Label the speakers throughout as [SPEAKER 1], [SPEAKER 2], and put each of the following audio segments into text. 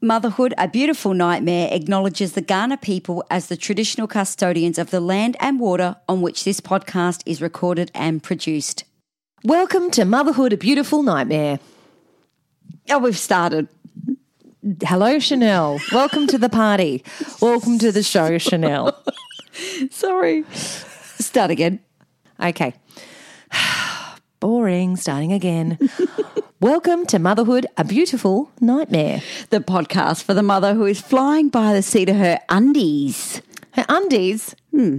[SPEAKER 1] Motherhood, a Beautiful Nightmare acknowledges the Ghana people as the traditional custodians of the land and water on which this podcast is recorded and produced.
[SPEAKER 2] Welcome to Motherhood, a Beautiful Nightmare.
[SPEAKER 1] Oh, we've started.
[SPEAKER 2] Hello, Chanel. Welcome to the party. Welcome to the show, Chanel.
[SPEAKER 1] Sorry. Start again.
[SPEAKER 2] Okay. Boring, starting again. Welcome to Motherhood, a Beautiful Nightmare.
[SPEAKER 1] The podcast for the mother who is flying by the seat of her undies.
[SPEAKER 2] Her undies.
[SPEAKER 1] Hmm.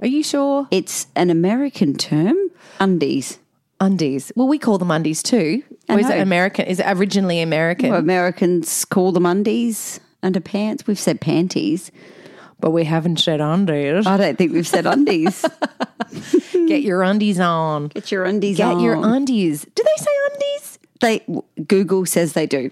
[SPEAKER 2] Are you sure?
[SPEAKER 1] It's an American term, undies.
[SPEAKER 2] Undies. Well, we call them undies too. Or is
[SPEAKER 1] know.
[SPEAKER 2] it American? Is it originally American?
[SPEAKER 1] Well, Americans call them undies, underpants. We've said panties.
[SPEAKER 2] but we haven't said undies.
[SPEAKER 1] I don't think we've said undies.
[SPEAKER 2] Get your undies on.
[SPEAKER 1] Get your undies
[SPEAKER 2] Get
[SPEAKER 1] on.
[SPEAKER 2] your undies. Do they say undies?
[SPEAKER 1] They Google says they do.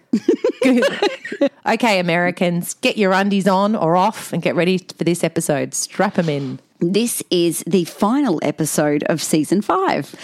[SPEAKER 2] Okay, Americans, get your undies on or off and get ready for this episode. Strap them in.
[SPEAKER 1] this is the final episode of season five.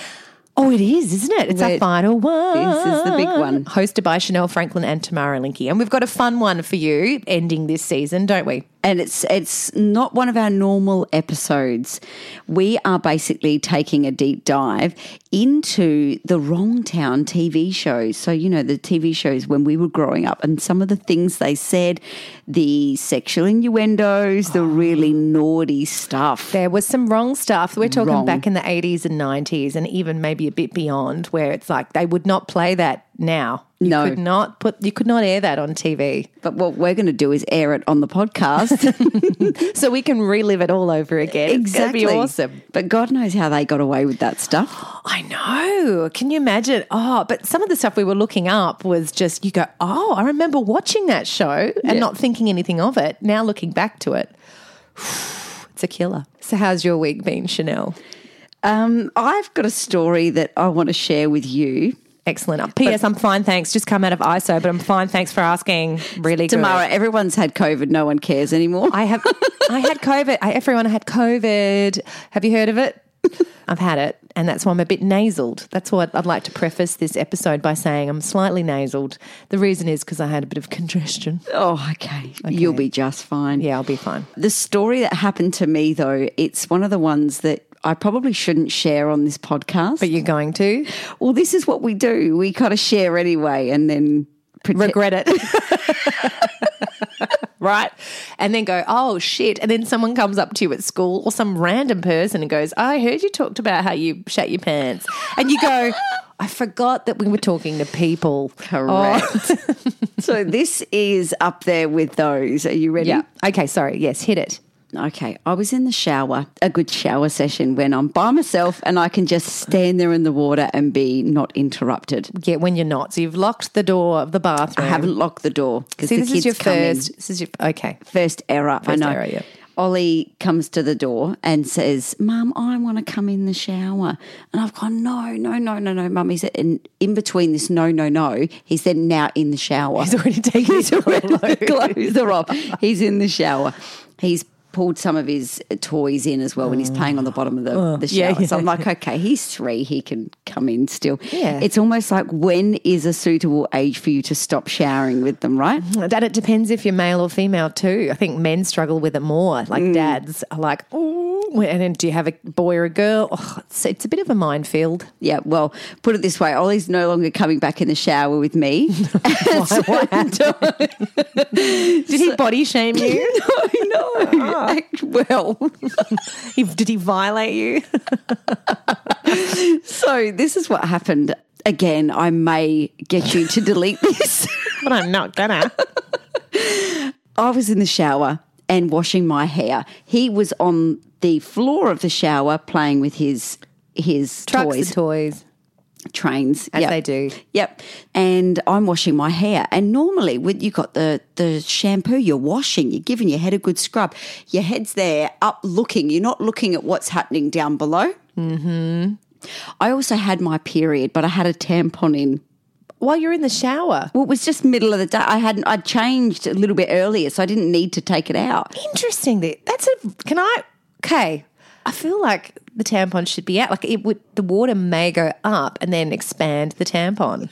[SPEAKER 2] Oh, it is, isn't it? It's our
[SPEAKER 1] Wait,
[SPEAKER 2] final one.
[SPEAKER 1] this is the big one.
[SPEAKER 2] Hosted by Chanel Franklin and Tamara Linky. And we've got a fun one for you ending this season, don't we?
[SPEAKER 1] And it's it's not one of our normal episodes. We are basically taking a deep dive into the Wrong Town TV shows. So you know the TV shows when we were growing up, and some of the things they said, the sexual innuendos,
[SPEAKER 2] Oh.
[SPEAKER 1] the really naughty stuff.
[SPEAKER 2] There was some wrong stuff. We're talking
[SPEAKER 1] Wrong.
[SPEAKER 2] back in the 80s and 90s and even maybe a bit beyond where it's like they would not play that now. You
[SPEAKER 1] No.
[SPEAKER 2] could not put you could not air that on TV.
[SPEAKER 1] But what we're going to do is air it on the podcast.
[SPEAKER 2] So we can relive it all over again. It's gonna be awesome.
[SPEAKER 1] But God knows how they got away with that stuff.
[SPEAKER 2] I know. Can you imagine? Oh, but some of the stuff we were looking up was just you go, oh, I remember watching that show and not thinking anything of it. Now looking back to it, it's a killer. So, how's your week been, Chanel?
[SPEAKER 1] Um, I've got a story that I want to share with you.
[SPEAKER 2] Excellent. Oh, P.S. I'm fine, thanks. Just come out of ISO, but I'm fine. Thanks for asking. Really good.
[SPEAKER 1] Tamara, everyone's had COVID. No one cares anymore.
[SPEAKER 2] I have. I had COVID. I, everyone had COVID. Have you heard of it? I've had it, and that's why I'm a bit nasaled. That's what I'd like to preface this episode by saying. I'm slightly nasaled. The reason is because I had a bit of congestion.
[SPEAKER 1] oh, okay. You'll be just fine.
[SPEAKER 2] Yeah, I'll be fine.
[SPEAKER 1] The story that happened to me, though, it's one of the ones that I probably shouldn't share on this podcast.
[SPEAKER 2] But you're going to
[SPEAKER 1] well, this is what we do. We kind of share anyway, and then pretend-
[SPEAKER 2] regret it. Right. And then go, oh shit. And then someone comes up to you at school or some random person and goes, I heard you talked about how you shat your pants. And you go, I forgot that we were talking to people.
[SPEAKER 1] Correct.
[SPEAKER 2] Oh.
[SPEAKER 1] so this is up there with those. Are you ready?
[SPEAKER 2] Yeah. Okay. Sorry. Yes. Hit it.
[SPEAKER 1] Okay, I was in the shower, a good shower session when I'm by myself and I can just stand there in the water and be not interrupted.
[SPEAKER 2] Yeah. When you're not. So you've locked the door of the bathroom.
[SPEAKER 1] I haven't locked the door because
[SPEAKER 2] See,
[SPEAKER 1] the
[SPEAKER 2] this
[SPEAKER 1] kids
[SPEAKER 2] is your
[SPEAKER 1] come in.
[SPEAKER 2] first. This is your okay.
[SPEAKER 1] first error. I know.
[SPEAKER 2] error, yeah.
[SPEAKER 1] Ollie comes to the door and says, Mum, I want to come in the shower. And I've gone, No, no, no, no, no, Mum. He said, and in between this no, no, no, he said, Now in the shower.
[SPEAKER 2] He's already taken his
[SPEAKER 1] He's already- the
[SPEAKER 2] clothes.
[SPEAKER 1] clothes are off. He's in the shower. He's pulled some of his toys in as well when he's playing on the bottom of the, the
[SPEAKER 2] Oh. yeah,
[SPEAKER 1] shower. So I'm
[SPEAKER 2] yeah.
[SPEAKER 1] like, okay, he's three. He can come in still.
[SPEAKER 2] Yeah.
[SPEAKER 1] It's almost like when is a suitable age for you to stop showering with them, right?
[SPEAKER 2] That it depends if you're male or female too. I think men struggle with it more. Like dads are like, oh, and then do you have a boy or a girl? Oh, it's, it's a bit of a minefield.
[SPEAKER 1] Yeah, well, put it this way Ollie's no longer coming back in the shower with me. So-
[SPEAKER 2] Did he body shame you? Ah.
[SPEAKER 1] no, no. Act- Well,
[SPEAKER 2] He- Did he violate you?
[SPEAKER 1] so this is what happened. Again, I may get you to delete this.
[SPEAKER 2] but I'm not gonna.
[SPEAKER 1] I was in the shower and washing my hair. He was on the floor of the shower playing with his his
[SPEAKER 2] Trucks
[SPEAKER 1] toys,
[SPEAKER 2] and toys.
[SPEAKER 1] trains,
[SPEAKER 2] As
[SPEAKER 1] Yep.
[SPEAKER 2] they do.
[SPEAKER 1] Yep. And I'm washing my hair. And normally, when you got the the shampoo, you're washing, you're giving your head a good scrub. Your head's there up looking. You're not looking at what's happening down below. Mm-hmm. I also had my period, but I had a tampon in.
[SPEAKER 2] While you're in the shower.
[SPEAKER 1] Well, it was just middle of the day. I hadn't. I changed a little bit earlier, so I didn't need to take it out.
[SPEAKER 2] Interesting. that- That's a. Can I? Okay. I feel like the tampon should be out. Like it would. The water may go up and then expand the tampon.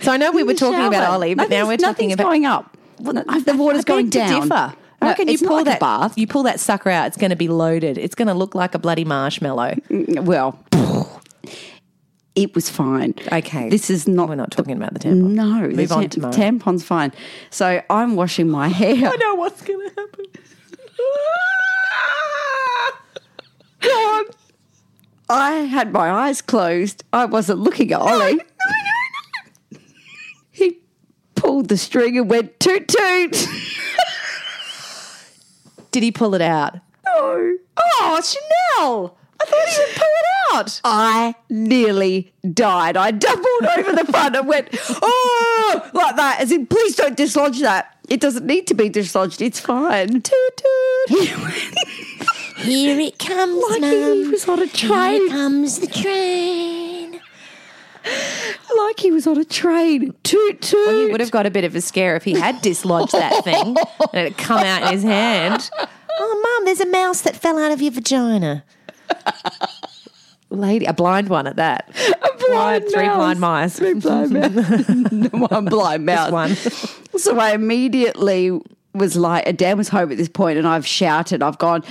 [SPEAKER 2] So I know we were
[SPEAKER 1] the
[SPEAKER 2] talking about
[SPEAKER 1] shower.
[SPEAKER 2] Ollie, but now
[SPEAKER 1] Nothing's-
[SPEAKER 2] we're talking
[SPEAKER 1] nothing's
[SPEAKER 2] about
[SPEAKER 1] going up. Well, the water's
[SPEAKER 2] I
[SPEAKER 1] going
[SPEAKER 2] beg to
[SPEAKER 1] down.
[SPEAKER 2] differ. I
[SPEAKER 1] No,
[SPEAKER 2] reckon you
[SPEAKER 1] it's not
[SPEAKER 2] pull
[SPEAKER 1] like a
[SPEAKER 2] that
[SPEAKER 1] bath.
[SPEAKER 2] You pull that sucker out. It's going to be loaded. It's going to look like a bloody marshmallow.
[SPEAKER 1] Mm, Well, it was fine.
[SPEAKER 2] Okay.
[SPEAKER 1] this is not.
[SPEAKER 2] We're not talking about the tampon.
[SPEAKER 1] No, the
[SPEAKER 2] Move on
[SPEAKER 1] tam-
[SPEAKER 2] to mine.
[SPEAKER 1] tampon's fine. So I'm washing my hair.
[SPEAKER 2] know what's going to happen.
[SPEAKER 1] God. I had my eyes closed. I wasn't looking at Ollie. he pulled the string and went toot toot.
[SPEAKER 2] Did he pull it out?
[SPEAKER 1] no.
[SPEAKER 2] Oh, Chanel! I thought he would pull it out.
[SPEAKER 1] I nearly died. I doubled over the front and went, oh, like that, as in, please don't dislodge that. It doesn't need to be dislodged. It's fine. Toot toot.
[SPEAKER 2] Here it comes,
[SPEAKER 1] like he was on a train.
[SPEAKER 2] comes the train.
[SPEAKER 1] Like he was on a train. Toot toot.
[SPEAKER 2] Well, he would have got a bit of a scare if he had dislodged that thing and it had come out in his hand. Oh, mum, there's a mouse that fell out of your vagina. Lady, a blind one at that. A
[SPEAKER 1] blind
[SPEAKER 2] three
[SPEAKER 1] mouse.
[SPEAKER 2] blind mice.
[SPEAKER 1] Three blind mouth. one blind mouth.
[SPEAKER 2] one.
[SPEAKER 1] So I immediately was like, Dan was home at this point, and I've shouted, I've gone,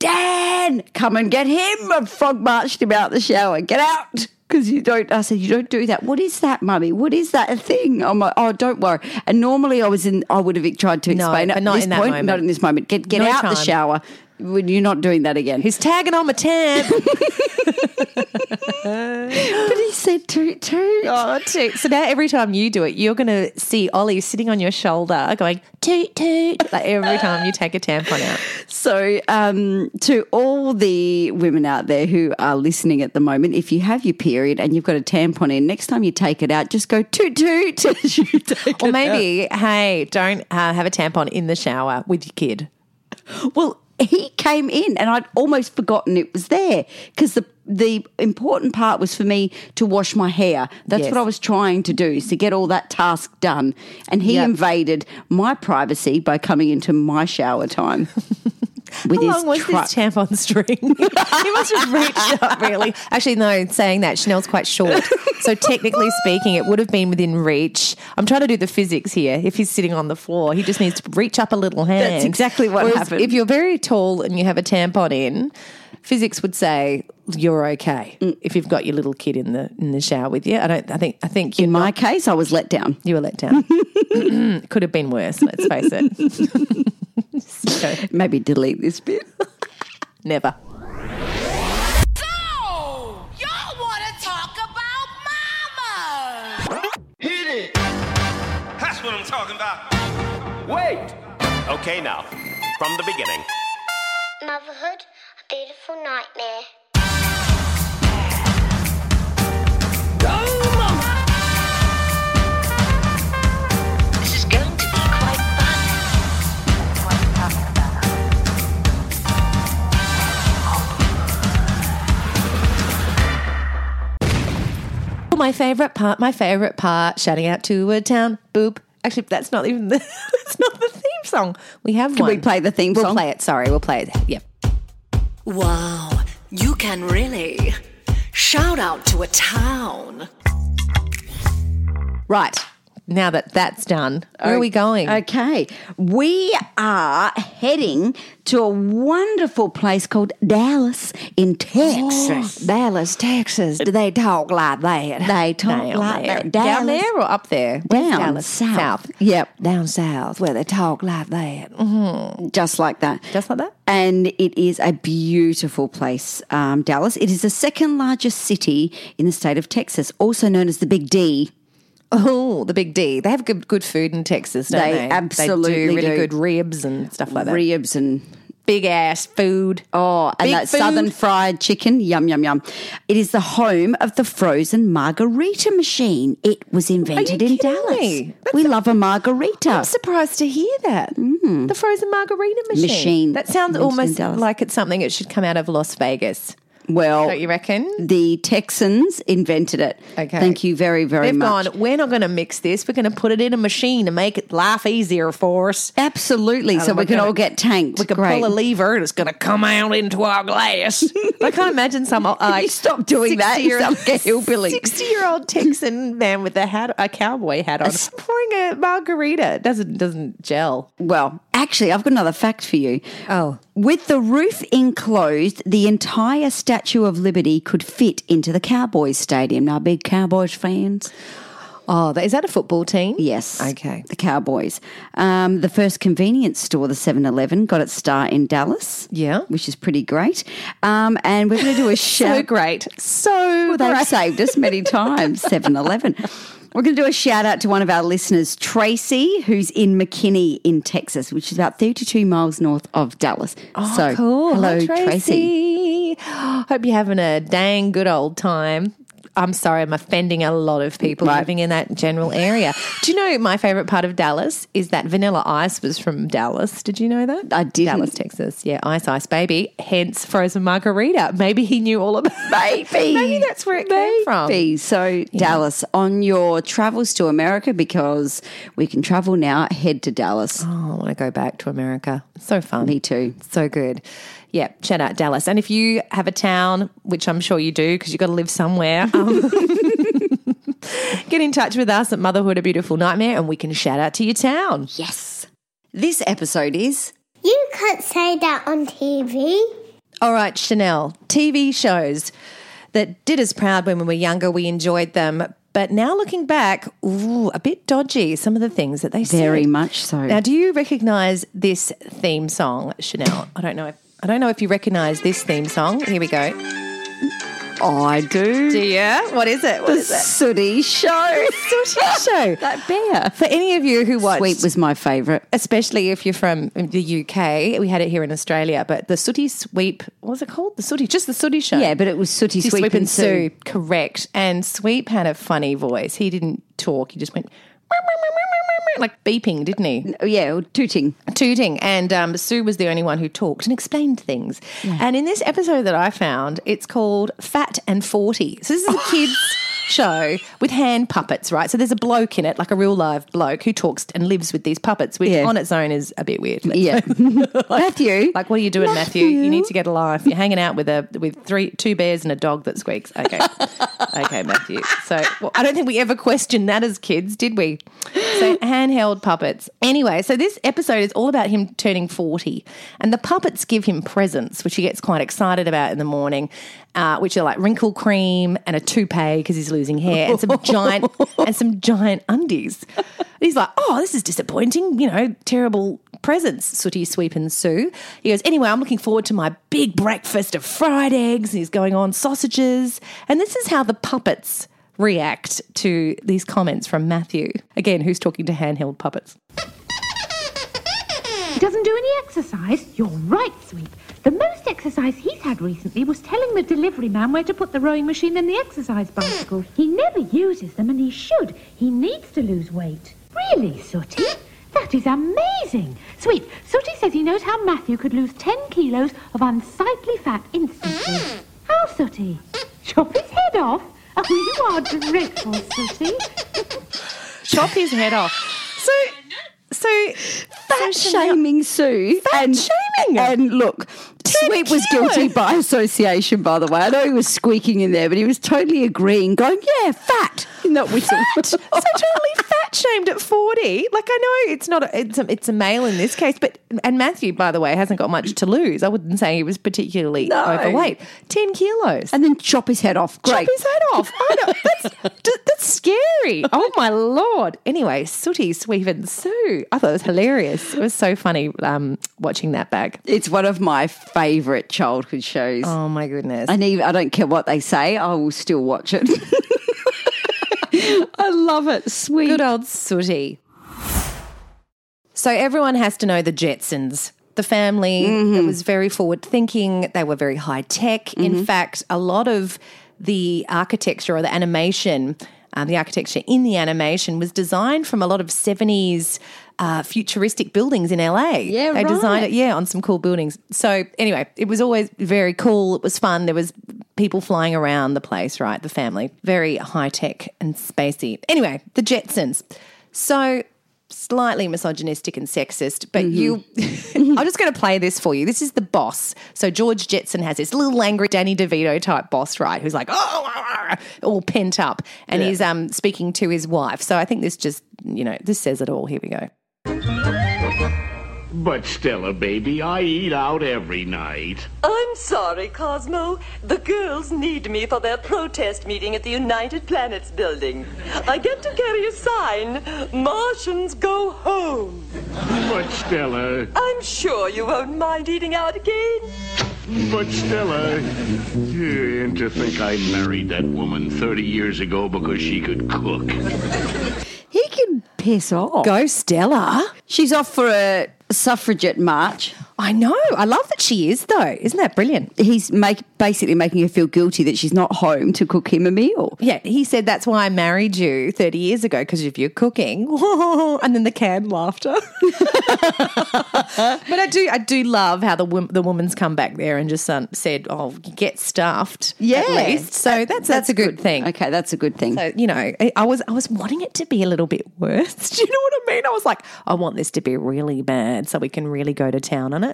[SPEAKER 1] Dan, come and get him. And Frog marched him out the shower. Get out. Because you don't, I said, you don't do that. What is that, mummy? What is that a thing? I'm like, oh, don't worry. And normally I was in, I would have tried to
[SPEAKER 2] No,
[SPEAKER 1] explain it.
[SPEAKER 2] but
[SPEAKER 1] At
[SPEAKER 2] not
[SPEAKER 1] this
[SPEAKER 2] in that
[SPEAKER 1] point,
[SPEAKER 2] moment.
[SPEAKER 1] Not in this moment. Get, get
[SPEAKER 2] No
[SPEAKER 1] out the
[SPEAKER 2] time.
[SPEAKER 1] shower. When You're not doing that again.
[SPEAKER 2] He's tagging on my tab.
[SPEAKER 1] but he said toot toot.
[SPEAKER 2] Oh, toot. So now every time you do it, you're going to see Ollie sitting on your shoulder going toot toot. Like every time you take a tampon out.
[SPEAKER 1] So, um, to all the women out there who are listening at the moment, if you have your period and you've got a tampon in, next time you take it out, just go toot toot as you take
[SPEAKER 2] Or
[SPEAKER 1] it
[SPEAKER 2] maybe, hey, don't uh, have a tampon in the shower with your kid.
[SPEAKER 1] out. Well, he came in and I'd almost forgotten it was there because the the important part was for me to wash my hair. That's
[SPEAKER 2] Yes.
[SPEAKER 1] what I was trying to do, is to get all that task done. And he
[SPEAKER 2] Yep.
[SPEAKER 1] invaded my privacy by coming into my shower time. With
[SPEAKER 2] How long was
[SPEAKER 1] truck.
[SPEAKER 2] this tampon string? he must have reached up really. Actually, no, saying that, Chanel's quite short. So technically speaking, it would have been within reach. I'm trying to do the physics here. If he's sitting on the floor, he just needs to reach up a little hand.
[SPEAKER 1] exactly what
[SPEAKER 2] Whereas
[SPEAKER 1] happened.
[SPEAKER 2] If you're very tall and you have a tampon in, physics would say you're okay if you've got your little kid in the in the shower with you. I don't I think I think you
[SPEAKER 1] In my case, I was let down.
[SPEAKER 2] you were let down. it could have been worse, let's face it. So,
[SPEAKER 1] Maybe delete this bit.
[SPEAKER 2] never.
[SPEAKER 3] So, y'all want to talk about mama?
[SPEAKER 4] Hit it! That's what I'm talking about.
[SPEAKER 5] Wait! Okay, now, from the beginning.
[SPEAKER 6] Motherhood, a beautiful nightmare.
[SPEAKER 3] This is going to be quite fun. What are you talking about?
[SPEAKER 2] my favorite part, my favorite part, shouting out to a town, boop. Actually, that's not even the, that's not the theme song. We have
[SPEAKER 1] Can
[SPEAKER 2] one.
[SPEAKER 1] we play the theme
[SPEAKER 2] We'll
[SPEAKER 1] song?
[SPEAKER 2] play it. Sorry, we'll play it. Yep.
[SPEAKER 7] Wow, you can really shout out to a town.
[SPEAKER 2] Right. Now that that's done, where are we going?
[SPEAKER 1] Okay. We are heading to a wonderful place called Dallas in Oh. Texas.
[SPEAKER 2] Dallas, Texas.
[SPEAKER 1] Do they talk like that? They talk
[SPEAKER 2] Down
[SPEAKER 1] like
[SPEAKER 2] there.
[SPEAKER 1] that.
[SPEAKER 2] Down
[SPEAKER 1] Dallas-
[SPEAKER 2] there or up there? Where's
[SPEAKER 1] Down
[SPEAKER 2] Dallas?
[SPEAKER 1] south.
[SPEAKER 2] South.
[SPEAKER 1] Yep.
[SPEAKER 2] Down south, where they talk like that.
[SPEAKER 1] Mm-hmm. Just like that.
[SPEAKER 2] Just like that?
[SPEAKER 1] And it is a beautiful place, um, Dallas. It is the second largest city in the state of Texas, also known as the Big D.
[SPEAKER 2] Oh, the big D. They have good good food in Texas, don't
[SPEAKER 1] They
[SPEAKER 2] they?
[SPEAKER 1] absolutely
[SPEAKER 2] do really
[SPEAKER 1] do.
[SPEAKER 2] good ribs and stuff like that.
[SPEAKER 1] Ribs and
[SPEAKER 2] Big ass food.
[SPEAKER 1] Oh, and
[SPEAKER 2] Big
[SPEAKER 1] that
[SPEAKER 2] food.
[SPEAKER 1] southern fried chicken, yum yum yum. It is the home of the frozen margarita machine. It was invented in
[SPEAKER 2] kidding
[SPEAKER 1] Dallas.
[SPEAKER 2] me?
[SPEAKER 1] We love a margarita.
[SPEAKER 2] I'm surprised to hear that. The frozen margarita machine.
[SPEAKER 1] Mm. Machine.
[SPEAKER 2] That sounds
[SPEAKER 1] Mentioned
[SPEAKER 2] almost
[SPEAKER 1] Dallas.
[SPEAKER 2] like it's something it should come out of Las Vegas.
[SPEAKER 1] Well,
[SPEAKER 2] Don't you reckon?
[SPEAKER 1] the Texans invented it.
[SPEAKER 2] Okay.
[SPEAKER 1] Thank you very very
[SPEAKER 2] They've
[SPEAKER 1] much.
[SPEAKER 2] gone, we're not going to mix this. We're going to put it in a machine and make it life easier for us.
[SPEAKER 1] Absolutely. So
[SPEAKER 2] we're
[SPEAKER 1] we can
[SPEAKER 2] gonna-
[SPEAKER 1] all get tanked.
[SPEAKER 2] We can
[SPEAKER 1] Great.
[SPEAKER 2] pull a lever and it's going to come out into our glass. I can't imagine some uh, like
[SPEAKER 1] You stop doing that, you
[SPEAKER 2] 60
[SPEAKER 1] sound like a hillbilly.
[SPEAKER 2] Sixty-year-old Texan man with a hat, a cowboy hat on, pouring a margarita. It Doesn't doesn't gel.
[SPEAKER 1] Well, actually, I've got another fact for you.
[SPEAKER 2] Oh.
[SPEAKER 1] With the roof enclosed, the entire Statue of Liberty could fit into the Cowboys Stadium. Now, big Cowboys fans?
[SPEAKER 2] Oh, that- is that a football team?
[SPEAKER 1] Yes.
[SPEAKER 2] Okay.
[SPEAKER 1] The Cowboys. Um, the first convenience store, the 7 Eleven, got its start in Dallas.
[SPEAKER 2] Yeah.
[SPEAKER 1] Which is pretty great. Um, and we're going to do a shout.
[SPEAKER 2] So great. So
[SPEAKER 1] Well, they've
[SPEAKER 2] great.
[SPEAKER 1] saved us many times, 7 Eleven. We're going to do a shout out to one of our listeners, Tracy, who's in McKinney in Texas, which is about 32 miles north of Dallas.
[SPEAKER 2] Oh,
[SPEAKER 1] so,
[SPEAKER 2] cool.
[SPEAKER 1] hello,
[SPEAKER 2] Hi,
[SPEAKER 1] Tracy.
[SPEAKER 2] Tracy. Hope you're having a dang good old time. I'm sorry, I'm offending a lot of people
[SPEAKER 1] Right.
[SPEAKER 2] living in that general area. Do you know my favorite part of Dallas is that Vanilla Ice was from Dallas? Did you know that?
[SPEAKER 1] I didn't.
[SPEAKER 2] Dallas, Texas. Yeah, Ice Ice Baby, hence Frozen Margarita. Maybe he knew all about
[SPEAKER 1] Maybe.
[SPEAKER 2] Maybe that's where it came from.
[SPEAKER 1] Maybe. So, Dallas, on your travels to America, because we can travel now, head to Dallas.
[SPEAKER 2] Oh, I want to go back to America. So fun.
[SPEAKER 1] Me too.
[SPEAKER 2] So good. Yeah, shout out Dallas. And if you have a town, which I'm sure you do because you've got to live somewhere, um, get in touch with us at Motherhood A Beautiful Nightmare and we can shout out to your town.
[SPEAKER 1] Yes. This episode is
[SPEAKER 6] You can't say that on TV.
[SPEAKER 2] All right, Chanel, TV shows that did us proud when we were younger, we enjoyed them. But now looking back, ooh, a bit dodgy, some of the things that they said.
[SPEAKER 1] very much so.
[SPEAKER 2] Now, do you recognize this theme song, Chanel? I don't know if I don't know if you recognize this theme song. Here we go.
[SPEAKER 1] I do.
[SPEAKER 2] Do you? What is it? What
[SPEAKER 1] the
[SPEAKER 2] is it?
[SPEAKER 1] Sooty Show.
[SPEAKER 2] Sooty Show.
[SPEAKER 1] that bear.
[SPEAKER 2] For any of you who watched,
[SPEAKER 1] Sweet was my favourite.
[SPEAKER 2] especially if you're from the UK, we had it here in Australia. But the Sooty Sweep, what was it called? The Sooty, just the Sooty Show.
[SPEAKER 1] Yeah, but it was Sooty
[SPEAKER 2] Sooty
[SPEAKER 1] Sweep, and Sue.
[SPEAKER 2] Correct. And Sweep had a funny voice. He didn't talk. He just went. Like beeping, didn't he?
[SPEAKER 1] Oh, Yeah, or tooting.
[SPEAKER 2] tooting and um, sue was the only one who talked and explained things and in this episode that i found it's called fat and 40 so this is a kids show with hand puppets right so there's a bloke in it like a real live bloke who talks and lives with these puppets which
[SPEAKER 1] Yeah.
[SPEAKER 2] on its own is a bit weird
[SPEAKER 1] Yeah. Matthew.
[SPEAKER 2] like what are you doing matthew. you need to get a life you're hanging out with a with three two bears and a dog that squeaks okay okay matthew so well, i don't think we ever questioned that as kids did we so handheld puppets anyway so this episode is all about him turning 40 and the puppets give him presents which he gets quite excited about in the morning uh, which are like wrinkle cream and a toupee because he's losing hair and some giant and some giant undies He's like, oh, this is disappointing. You know, terrible presents, Sooty Sweep and Sue. He goes, anyway, I'm looking forward to my big breakfast of fried eggs. And he's going on sausages. And this is how the puppets react to these comments from Matthew. Again, who's talking to handheld puppets?
[SPEAKER 8] He doesn't do any exercise. You're right, Sweep. The most exercise he's had recently was telling the delivery man where to put the rowing machine and the exercise bicycle. He never uses them, and he should. He needs to lose weight. Really, Sooty? That is amazing. Sweep, Sooty says he knows how Matthew could lose 10 kilos of unsightly fat instantly. How, Sooty? Chop his head off? Oh, you are dreadful, Sooty.
[SPEAKER 2] Chop his head off. So, so
[SPEAKER 1] fat shaming Sue.
[SPEAKER 2] Fat
[SPEAKER 1] and,
[SPEAKER 2] shaming.
[SPEAKER 1] And look, Sweet was
[SPEAKER 2] cute.
[SPEAKER 1] guilty by association, by the way. I know he was squeaking in there, but he was totally agreeing, going, yeah, fat. In that whistle.
[SPEAKER 2] fat. so totally fat shamed at forty. Like I know it's not a, it's a, it's a male in this case, but and Matthew, by the way, hasn't got much to lose. I wouldn't say he was particularly
[SPEAKER 1] No.
[SPEAKER 2] overweight. Ten kilos.
[SPEAKER 1] and then chop his head off. Great.
[SPEAKER 2] Chop his head off. I know, that's, d- that's scary. Oh my lord. Anyway, Sooty, Sweep, and Sue. I thought it was hilarious. It was so funny um, watching that back.
[SPEAKER 1] It's one of my favourite childhood shows.
[SPEAKER 2] Oh my goodness.
[SPEAKER 1] And even, I don't care what they say, I will still watch it. I love it. Sweet.
[SPEAKER 2] Good old Sooty. So everyone has to know the Jetsons. The family
[SPEAKER 1] Mm-hmm.
[SPEAKER 2] that was very forward thinking. They were very high tech. In fact, a lot of the architecture or the animation, um, the architecture in the animation was designed from a lot of 70s uh, futuristic buildings in LA.
[SPEAKER 1] Yeah,
[SPEAKER 2] They designed
[SPEAKER 1] right.
[SPEAKER 2] it, yeah, on some cool buildings. So anyway, it was always very cool. It was fun. There was people flying around the place, right? The family. Very high tech and spacey. Anyway, the Jetsons. So slightly misogynistic and sexist, but you I'm just going to play this for you. This is the boss. So George Jetson has this little angry Danny DeVito type boss, right? Who's like, "Oh, ah, ah," all pent up and he's um speaking to his wife. So I think this just, you know, this says it all. Here we go.
[SPEAKER 9] But Stella, baby, I eat out every night.
[SPEAKER 10] I'm sorry, Cosmo. The girls need me for their protest meeting at the United Planets building. I get to carry a sign Martians go home.
[SPEAKER 9] But Stella,
[SPEAKER 10] I'm sure you won't mind eating out again.
[SPEAKER 9] but Stella. Yeah, And to think I married that woman 30 years ago because she could cook.
[SPEAKER 1] He can piss off.
[SPEAKER 2] Go Stella.
[SPEAKER 1] She's off for a suffragette march.
[SPEAKER 2] I know. I love that she is though. Isn't that brilliant?
[SPEAKER 1] He's make, basically making her feel guilty that she's not home to cook him a meal.
[SPEAKER 2] Yeah, he said that's why I married you 30 years ago because of your cooking. and then the canned laughter. but I do I do love how the wom- the woman's come back there and just um, said, "Oh, get stuffed."
[SPEAKER 1] Yeah.
[SPEAKER 2] At least. So that's that's, a good, thing.
[SPEAKER 1] Okay, that's a good thing.
[SPEAKER 2] So, you know, I, I was I was wanting it to be a little bit worse. Do you know what I mean? I was like, I want this to be really bad so we can really go to town on it.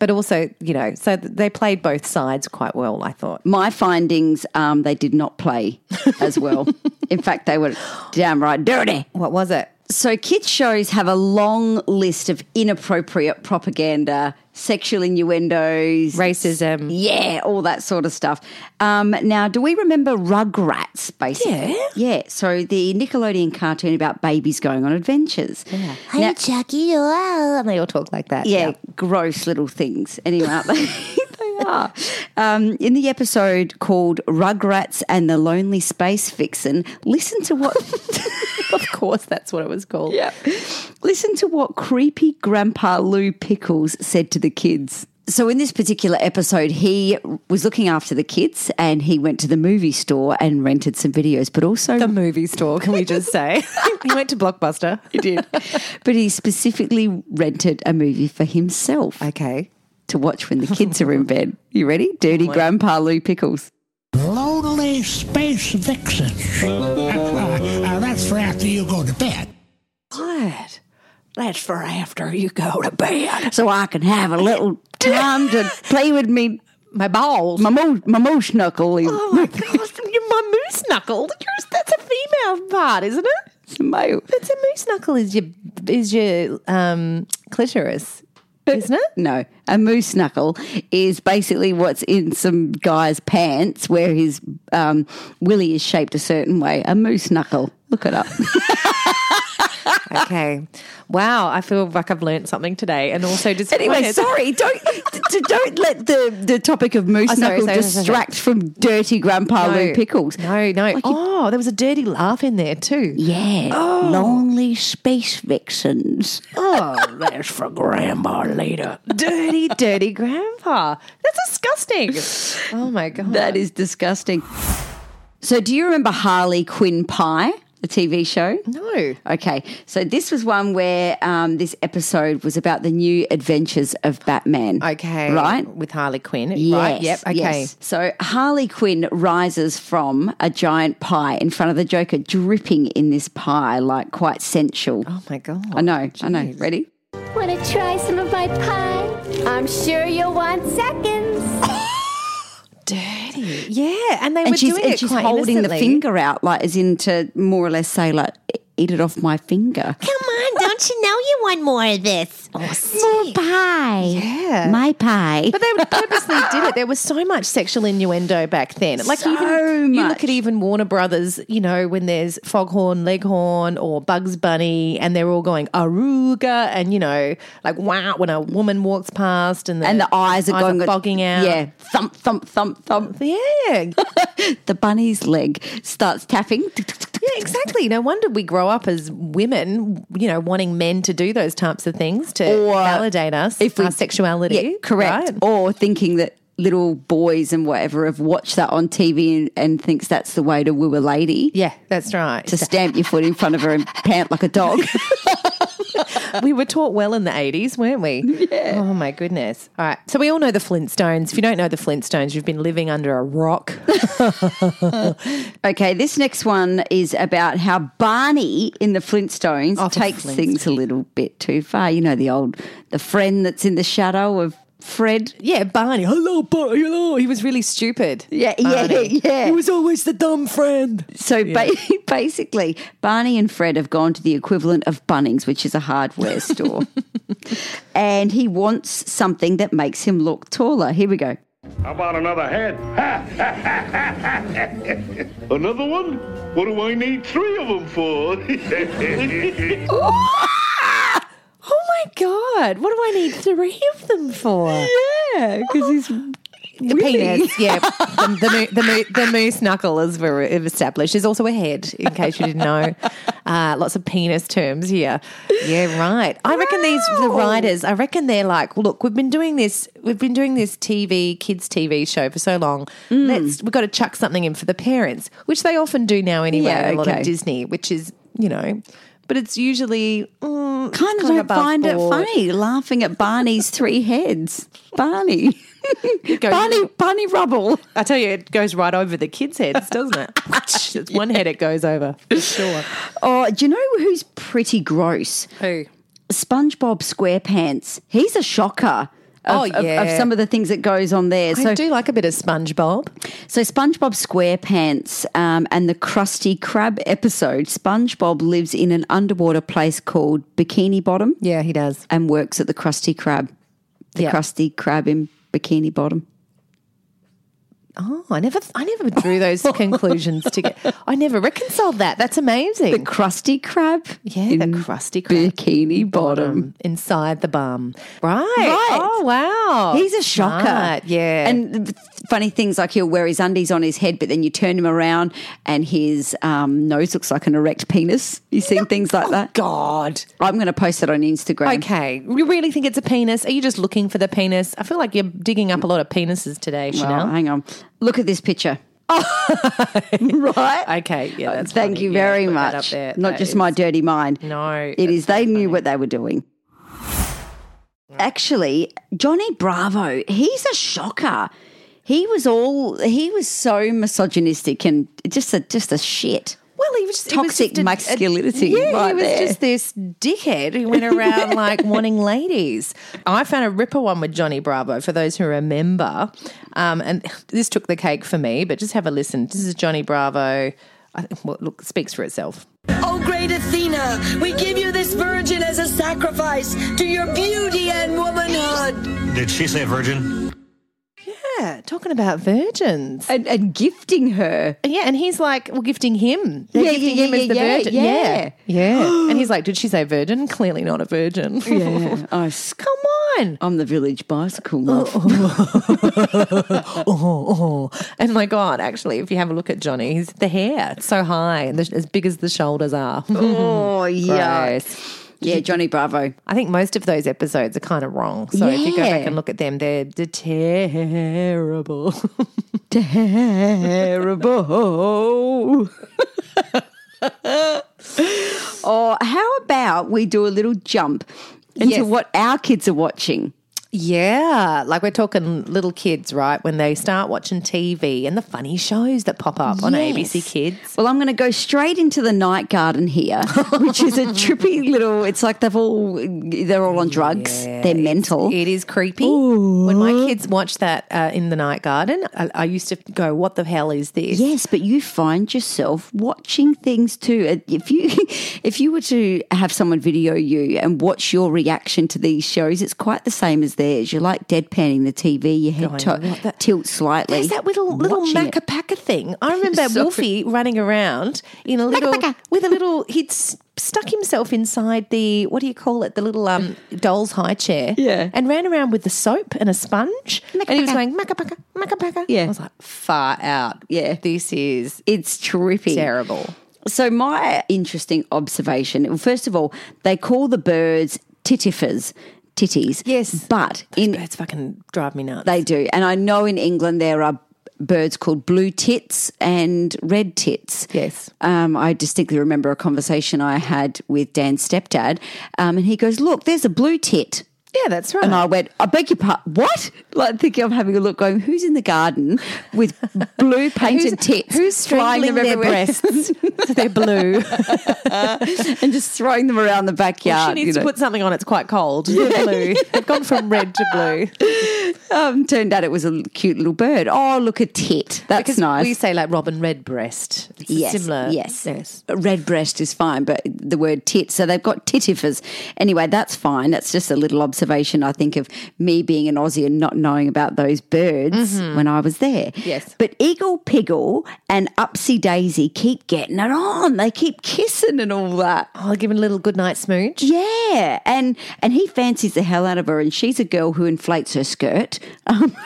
[SPEAKER 2] But also, you know, so th- they played both sides quite well, I thought.
[SPEAKER 1] My findings, um, they did not play as well. In fact, they were downright dirty.
[SPEAKER 2] What was it?
[SPEAKER 1] So, kids' shows have a long list of inappropriate propaganda, sexual innuendos,
[SPEAKER 2] Racism.
[SPEAKER 1] yeah, all that sort of stuff. Um, now, do we remember Rugrats, basically?
[SPEAKER 2] Yeah.
[SPEAKER 1] Yeah, so the Nickelodeon cartoon about babies going on adventures. Yeah.
[SPEAKER 2] Hey, Chucky, wow. And they all talk like that.
[SPEAKER 1] Yeah, gross little things. Anyway, aren't they? they are. Um, in the episode called Rugrats and the Lonely Space Vixen, listen to what
[SPEAKER 2] Of course, that's what it was called. Yeah.
[SPEAKER 1] listen to what creepy grandpa Lou Pickles said to the kids. So in this particular episode, he was looking after the kids and he went to the movie store and rented some videos, but also
[SPEAKER 2] The movie store, can we just say? he went to Blockbuster. He did.
[SPEAKER 1] but he specifically rented a movie for himself.
[SPEAKER 2] Okay.
[SPEAKER 1] to watch when the kids are in bed. You ready? Dirty Grandpa Lou Pickles.
[SPEAKER 11] Lonely Space Vixen. Uh, that's for after you go to bed.
[SPEAKER 2] What? That's for after you go to bed.
[SPEAKER 1] So I can have a little time to play with me,
[SPEAKER 2] My balls.
[SPEAKER 1] my mo, my moosh knuckle.
[SPEAKER 2] oh my gosh, you're my moose knuckle. Yours- That's a female part, isn't it?
[SPEAKER 1] It's a male.
[SPEAKER 2] That's a moose knuckle is your is your um clitoris, isn't it?
[SPEAKER 1] No, a moose knuckle is basically what's in some guy's pants where his um, willy is shaped a certain way. A moose knuckle. Look it up.
[SPEAKER 2] Okay. Wow, I feel like I've learned something today and also just
[SPEAKER 1] anyway, sorry. Don't d- don't let the, the topic of moose
[SPEAKER 2] Oh, sorry,
[SPEAKER 1] knuckle
[SPEAKER 2] sorry, sorry, sorry.
[SPEAKER 1] distract from dirty Grandpa Lou Pickles.
[SPEAKER 2] No, no. oh, there was a dirty laugh in there too.
[SPEAKER 1] Yeah. Lonely space vixens.
[SPEAKER 2] Oh, that's for grandma later. Dirty, dirty grandpa. That's disgusting. Oh my god.
[SPEAKER 1] That is disgusting. So, do you remember Harley Quinn Pie? the TV show?
[SPEAKER 2] No.
[SPEAKER 1] Okay. So this was one where um, this episode was about the new adventures of Batman.
[SPEAKER 2] Okay.
[SPEAKER 1] Right?
[SPEAKER 2] With Harley Quinn.
[SPEAKER 1] Yes.
[SPEAKER 2] Right. Yep. Okay.
[SPEAKER 1] yes. So Harley Quinn rises from a giant pie in front of the Joker, dripping in this pie, like quite sensual.
[SPEAKER 2] Oh my God.
[SPEAKER 1] I know. I know.
[SPEAKER 2] Jeez.
[SPEAKER 1] Ready?
[SPEAKER 12] Want to try some of my pie? I'm sure you'll want seconds.
[SPEAKER 2] Dirty. Yeah. And they were
[SPEAKER 1] and she's,
[SPEAKER 2] doing
[SPEAKER 1] and
[SPEAKER 2] it
[SPEAKER 1] she's
[SPEAKER 2] quite
[SPEAKER 1] holding
[SPEAKER 2] innocently.
[SPEAKER 1] the finger out, like as in to more or less say, like, "E, eat it off my finger. Oh,
[SPEAKER 13] Come on, don't you know you want more of this?
[SPEAKER 12] More pie.
[SPEAKER 2] Yeah.
[SPEAKER 1] My pie.
[SPEAKER 2] But they purposely did it. There was so much sexual innuendo back then. Like
[SPEAKER 1] So
[SPEAKER 2] even you
[SPEAKER 1] much.
[SPEAKER 2] look at even Warner Brothers, you know, when there's Foghorn Leghorn or Bugs Bunny and they're all going aruga and you know, like wow when a woman walks past and the,
[SPEAKER 1] and the eyes are going
[SPEAKER 2] fogging out.
[SPEAKER 1] Yeah, thump, thump, thump, thump.
[SPEAKER 2] Yeah.
[SPEAKER 1] the bunny's leg starts tapping.
[SPEAKER 2] Yeah, exactly. No wonder we grow up as women, you know, wanting men to do those types of things to
[SPEAKER 1] Or
[SPEAKER 2] validate us
[SPEAKER 1] if
[SPEAKER 2] if
[SPEAKER 1] we-
[SPEAKER 2] our sexuality.
[SPEAKER 1] Yeah, correct.
[SPEAKER 2] right?
[SPEAKER 1] Or thinking that little boys and whatever have watched that on TV and, and thinks that's the way to woo a lady.
[SPEAKER 2] Yeah, that's right.
[SPEAKER 1] To stamp your foot in front of her and pant like a dog.
[SPEAKER 2] we were taught well in the 80s, weren't we? Yeah. Oh my goodness. All right. So we all know the Flintstones. If you don't know the Flintstones, you've been living under a rock.
[SPEAKER 1] okay, this next one is about how Barney in the Flintstones
[SPEAKER 2] Oh, the
[SPEAKER 1] takes
[SPEAKER 2] Flintstones.
[SPEAKER 1] things a little bit too far. You know, the old, the friend that's in the shadow of Fred.
[SPEAKER 2] yeah, Barney. Hello, Barney. Hello. He was really stupid.
[SPEAKER 1] Yeah, yeah,
[SPEAKER 2] Barney.
[SPEAKER 1] yeah.
[SPEAKER 2] He was always the dumb friend.
[SPEAKER 1] So ba- basically, Barney and Fred have gone to the equivalent of Bunnings, which is a hardware store. and he wants something that makes him look taller. Here we go.
[SPEAKER 9] How about another head? another one? What do I need three of them for?
[SPEAKER 2] Oh my God. What do I need three of them for?
[SPEAKER 1] Yeah, because he's
[SPEAKER 2] The penis, yeah. the, the, mo- the, mo- the moose knuckle, as we're- we've established, is also a head, in case you didn't know. Uh, lots of penis terms here. Yeah, right. I reckon these, the writers, I reckon they're like, look, we've been doing this, we've been doing this TV, kids' TV show for so long. Let's, we've got to chuck something in for the parents, which they often do now anyway,
[SPEAKER 1] Yeah,
[SPEAKER 2] a lot
[SPEAKER 1] okay.
[SPEAKER 2] of Disney, which is, you know, but it's usually mm, it's
[SPEAKER 1] kind of
[SPEAKER 2] kinda
[SPEAKER 1] don't
[SPEAKER 2] above
[SPEAKER 1] find
[SPEAKER 2] board.
[SPEAKER 1] it funny laughing at Barney's three heads. Barney.
[SPEAKER 2] go-
[SPEAKER 1] Barney, Barney Rubble.
[SPEAKER 2] I tell you, it goes right over the kids' heads, doesn't it? it's one head it goes over, for sure.
[SPEAKER 1] Oh, do you know who's pretty gross?
[SPEAKER 2] Who?
[SPEAKER 1] SpongeBob SquarePants. He's a shocker. Of,
[SPEAKER 2] Oh,
[SPEAKER 1] of- of,
[SPEAKER 2] yeah.
[SPEAKER 1] some of the things that goes on there.
[SPEAKER 2] I do like a bit of SpongeBob.
[SPEAKER 1] So SpongeBob SquarePants um, and the Krusty Krab episode, SpongeBob lives in an underwater place called Bikini Bottom
[SPEAKER 2] Yeah, he does.
[SPEAKER 1] and works at the Krusty Krab. The
[SPEAKER 2] Yeah.
[SPEAKER 1] Krusty Krab in Bikini Bottom.
[SPEAKER 2] Oh, I never, I never drew those conclusions together. I never reconciled that. That's amazing.
[SPEAKER 1] The Krusty Krab.
[SPEAKER 2] yeah, the crusty crab
[SPEAKER 1] Bikini Bottom.
[SPEAKER 2] inside the bum. Right.
[SPEAKER 1] Right.
[SPEAKER 2] Oh wow.
[SPEAKER 1] He's a shocker.
[SPEAKER 2] Smart, Yeah.
[SPEAKER 1] And th- funny things like he'll wear his undies on his head, but then you turn him around and his um, nose looks like an erect penis. You seen things like that?
[SPEAKER 2] God.
[SPEAKER 1] I'm going to post it on Instagram.
[SPEAKER 2] Okay. You really think it's a penis? Are you just looking for the penis? I feel like you're digging up a lot of penises today,
[SPEAKER 1] Well,
[SPEAKER 2] Chanel.
[SPEAKER 1] hang on. Look at this picture. Oh, right?
[SPEAKER 2] Okay, yeah, that's
[SPEAKER 1] Thank
[SPEAKER 2] funny.
[SPEAKER 1] you
[SPEAKER 2] Yeah,
[SPEAKER 1] very
[SPEAKER 2] put that
[SPEAKER 1] much.
[SPEAKER 2] up there.
[SPEAKER 1] Not
[SPEAKER 2] That
[SPEAKER 1] just
[SPEAKER 2] is-
[SPEAKER 1] my dirty mind.
[SPEAKER 2] No,
[SPEAKER 1] It is. They knew what they were doing. Actually, Johnny Bravo, he's a shocker. He was all he was so misogynistic and just a just a shit.
[SPEAKER 2] Well, he was just,
[SPEAKER 1] Toxic
[SPEAKER 2] he was just a-
[SPEAKER 1] masculinity
[SPEAKER 2] yeah,
[SPEAKER 1] right
[SPEAKER 2] he was
[SPEAKER 1] there.
[SPEAKER 2] just this dickhead who went around like wanting ladies. I found a ripper one with Johnny Bravo for those who remember, um, and this took the cake for me. But just have a listen. This is Johnny Bravo. I, well, look, it speaks for itself.
[SPEAKER 14] O Oh, great Athena, we give you this virgin as a sacrifice to your beauty and womanhood.
[SPEAKER 15] Did she say virgin?
[SPEAKER 2] Yeah, talking about virgins.
[SPEAKER 1] And, and gifting her.
[SPEAKER 2] Yeah, and he's like, well, gifting him. They're
[SPEAKER 1] Yeah, yeah,
[SPEAKER 2] gifting
[SPEAKER 1] yeah,
[SPEAKER 2] him as
[SPEAKER 1] yeah,
[SPEAKER 2] the
[SPEAKER 1] yeah,
[SPEAKER 2] virgin.
[SPEAKER 1] yeah.
[SPEAKER 2] Yeah. yeah. and he's like, did she say virgin? Clearly not a virgin.
[SPEAKER 1] Yeah. I s-
[SPEAKER 2] Come on.
[SPEAKER 1] I'm the village bicycle love.
[SPEAKER 2] oh, oh. And my God, actually, if you have a look at Johnny, he's the hair. It's so high, and the, as big as the shoulders are.
[SPEAKER 1] Oh, yeah.
[SPEAKER 2] Gross.
[SPEAKER 1] Yeah, Johnny Bravo.
[SPEAKER 2] I think most of those episodes are kind of wrong. So if you go
[SPEAKER 1] Yeah.
[SPEAKER 2] back and look at them, they're, they're terrible.
[SPEAKER 1] Terrible. or how about we do a little jump into
[SPEAKER 2] Yes.
[SPEAKER 1] what our kids are watching?
[SPEAKER 2] Yeah, like we're talking little kids, right? When they start watching TV and the funny shows that pop up on
[SPEAKER 1] Yes.
[SPEAKER 2] ABC Kids.
[SPEAKER 1] Well, I'm going to go straight into the night garden here, which is a trippy little. It's like they've all they're all on drugs. they're mental.
[SPEAKER 2] It is creepy. When my kids watch that uh, in the night garden, I, I used to go, "What the hell is this?"
[SPEAKER 1] Yes, but you find yourself watching things too. Uh, If you if you were to have someone video you and watch your reaction to these shows, it's quite the same as theirs. You're like deadpanning the TV. Your head
[SPEAKER 2] Going,
[SPEAKER 1] to-
[SPEAKER 2] "What the-"
[SPEAKER 1] tilts slightly.
[SPEAKER 2] There's that little little
[SPEAKER 1] watching it.
[SPEAKER 2] macapaca thing. I remember
[SPEAKER 1] Sorry.
[SPEAKER 2] Wolfie running around in a little with a little. He'd s- stuck himself inside the what do you call it? The little um doll's high chair.
[SPEAKER 1] Yeah.
[SPEAKER 2] and ran around with the soap and a sponge, and he was going macapaca macapaca.
[SPEAKER 1] Yeah.
[SPEAKER 2] I was like, far out.
[SPEAKER 1] Yeah.
[SPEAKER 2] this is
[SPEAKER 1] It's trippy.
[SPEAKER 2] terrible.
[SPEAKER 1] So my interesting observation. well, First of all, they call the birds titifers, titties.
[SPEAKER 2] Yes.
[SPEAKER 1] but in
[SPEAKER 2] Birds fucking drive me nuts.
[SPEAKER 1] They do. And I know in England there are birds called blue tits and red tits.
[SPEAKER 2] Yes.
[SPEAKER 1] Um, I distinctly remember a conversation I had with Dan's stepdad, um, and he goes, Look, there's a blue tit.
[SPEAKER 2] yeah, that's right.
[SPEAKER 1] And I went, I beg your pardon, what? Like thinking I'm having a look, going, who's in the garden with blue painted tits?
[SPEAKER 2] who's
[SPEAKER 1] flying
[SPEAKER 2] strangling their breasts? so they're blue.
[SPEAKER 1] and just throwing them around the backyard.
[SPEAKER 2] she needs
[SPEAKER 1] you
[SPEAKER 2] to
[SPEAKER 1] know.
[SPEAKER 2] put something on. It's quite cold. They're blue. They've gone from red to blue.
[SPEAKER 1] um, turned out it was a cute little bird. Oh, look, a tit. That's
[SPEAKER 2] Because
[SPEAKER 1] nice.
[SPEAKER 2] We say like Robin Redbreast. It's
[SPEAKER 1] Yes,
[SPEAKER 2] Similar.
[SPEAKER 1] Yes. Red breast is fine, but the word tit. So they've got titifers. Anyway, that's fine. That's just a little observation, I think, of me being an Aussie and not knowing about those birds when I was there.
[SPEAKER 2] Mm-hmm. Yes.
[SPEAKER 1] But Eagle Piggle and Upsy Daisy keep getting it on. They keep kissing and all that.
[SPEAKER 2] I'll Oh, give him a little good night smooch.
[SPEAKER 1] Yeah. And and he fancies the hell out of her, and she's a girl who inflates her skirt.
[SPEAKER 2] Oh.
[SPEAKER 1] Um,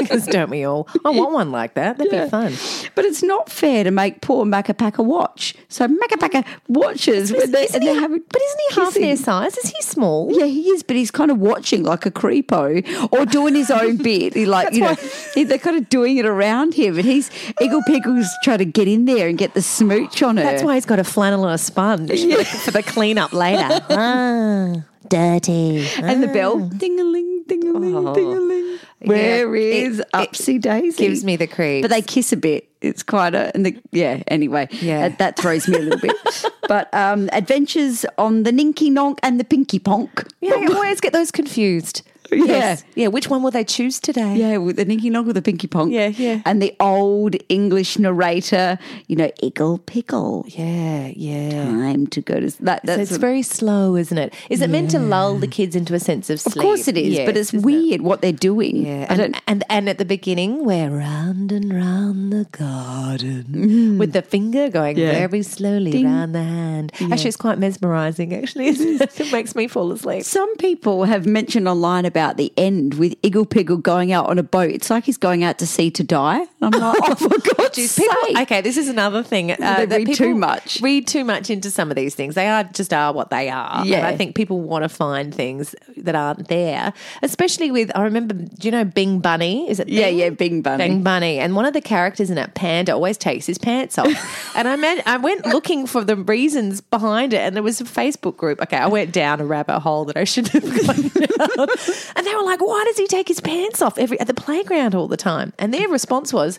[SPEAKER 2] Because don't we all? I want one like that. That'd be fun.
[SPEAKER 1] But it's not fair to make poor Macapaca watch. So Macapaca watches when they, and they're having.
[SPEAKER 2] But isn't he half
[SPEAKER 1] kissing.
[SPEAKER 2] their size? Is he small?
[SPEAKER 1] Yeah, he is, but he's kind of watching like a creepo or doing his own bit. He like, you know, he- they're kind of doing it around him, and he's Eagle Pickles trying to get in there and get the smooch on her.
[SPEAKER 2] That's why he's got a flannel and a sponge for the cleanup later. ah, dirty.
[SPEAKER 1] And the bell, ding a ling, ding a ling, ding a ling. Where
[SPEAKER 2] Yeah, it-
[SPEAKER 1] is
[SPEAKER 2] it
[SPEAKER 1] Upsy Daisy?
[SPEAKER 2] gives me the creeps.
[SPEAKER 1] But they kiss a bit. It's quite a, and the, yeah, anyway.
[SPEAKER 2] Yeah.
[SPEAKER 1] That, that throws me a little bit. But um, Adventures on the Ninky Nonk and the Pinky Ponk.
[SPEAKER 2] Yeah, I always get those confused.
[SPEAKER 1] Yeah.
[SPEAKER 2] Yes. Yeah. Which one will they choose today?
[SPEAKER 1] Yeah, with the Ninky Nog with the Pinky Ponk.
[SPEAKER 2] Yeah, yeah.
[SPEAKER 1] And the old English narrator, you know, Iggle Pickle.
[SPEAKER 2] Yeah. Yeah.
[SPEAKER 1] Time to go to that.
[SPEAKER 2] So
[SPEAKER 1] That's
[SPEAKER 2] it's very slow, isn't it? Is it meant to lull the kids into a sense of
[SPEAKER 1] of
[SPEAKER 2] sleep?
[SPEAKER 1] course it is, but
[SPEAKER 2] Yes,
[SPEAKER 1] it's
[SPEAKER 2] isn't it?
[SPEAKER 1] weird what they're doing.
[SPEAKER 2] Yeah,
[SPEAKER 1] I
[SPEAKER 2] and,
[SPEAKER 1] don't.
[SPEAKER 2] and and at the beginning, we're round and round the garden with the finger going very slowly round the hand. Actually, it's quite mesmerising. Actually, isn't it? it makes me fall asleep.
[SPEAKER 1] Some people have mentioned online about the end with Iggle Piggle going out on a boat. It's like he's going out to sea to die. I'm like, oh, for God's
[SPEAKER 2] Jeez,
[SPEAKER 1] sake.
[SPEAKER 2] people, okay, this is another thing. Uh,
[SPEAKER 1] They
[SPEAKER 2] that
[SPEAKER 1] read too
[SPEAKER 2] people
[SPEAKER 1] much.
[SPEAKER 2] Read too much into some of these things. They are just are what they are.
[SPEAKER 1] Yeah.
[SPEAKER 2] And I think people want to find things that aren't there, especially with. I remember, do you know Bing Bunny? Is it?
[SPEAKER 1] Yeah,
[SPEAKER 2] Bing?
[SPEAKER 1] yeah, Bing Bunny.
[SPEAKER 2] Bing Bunny, and one of the characters in it, Panda, always takes his pants off. and I meant I went looking for the reasons behind it, and there was a Facebook group. Okay, I went down a rabbit hole that I shouldn't have gone down. and they were like, "Why does he take his pants off every at the playground all the time?" And their response was.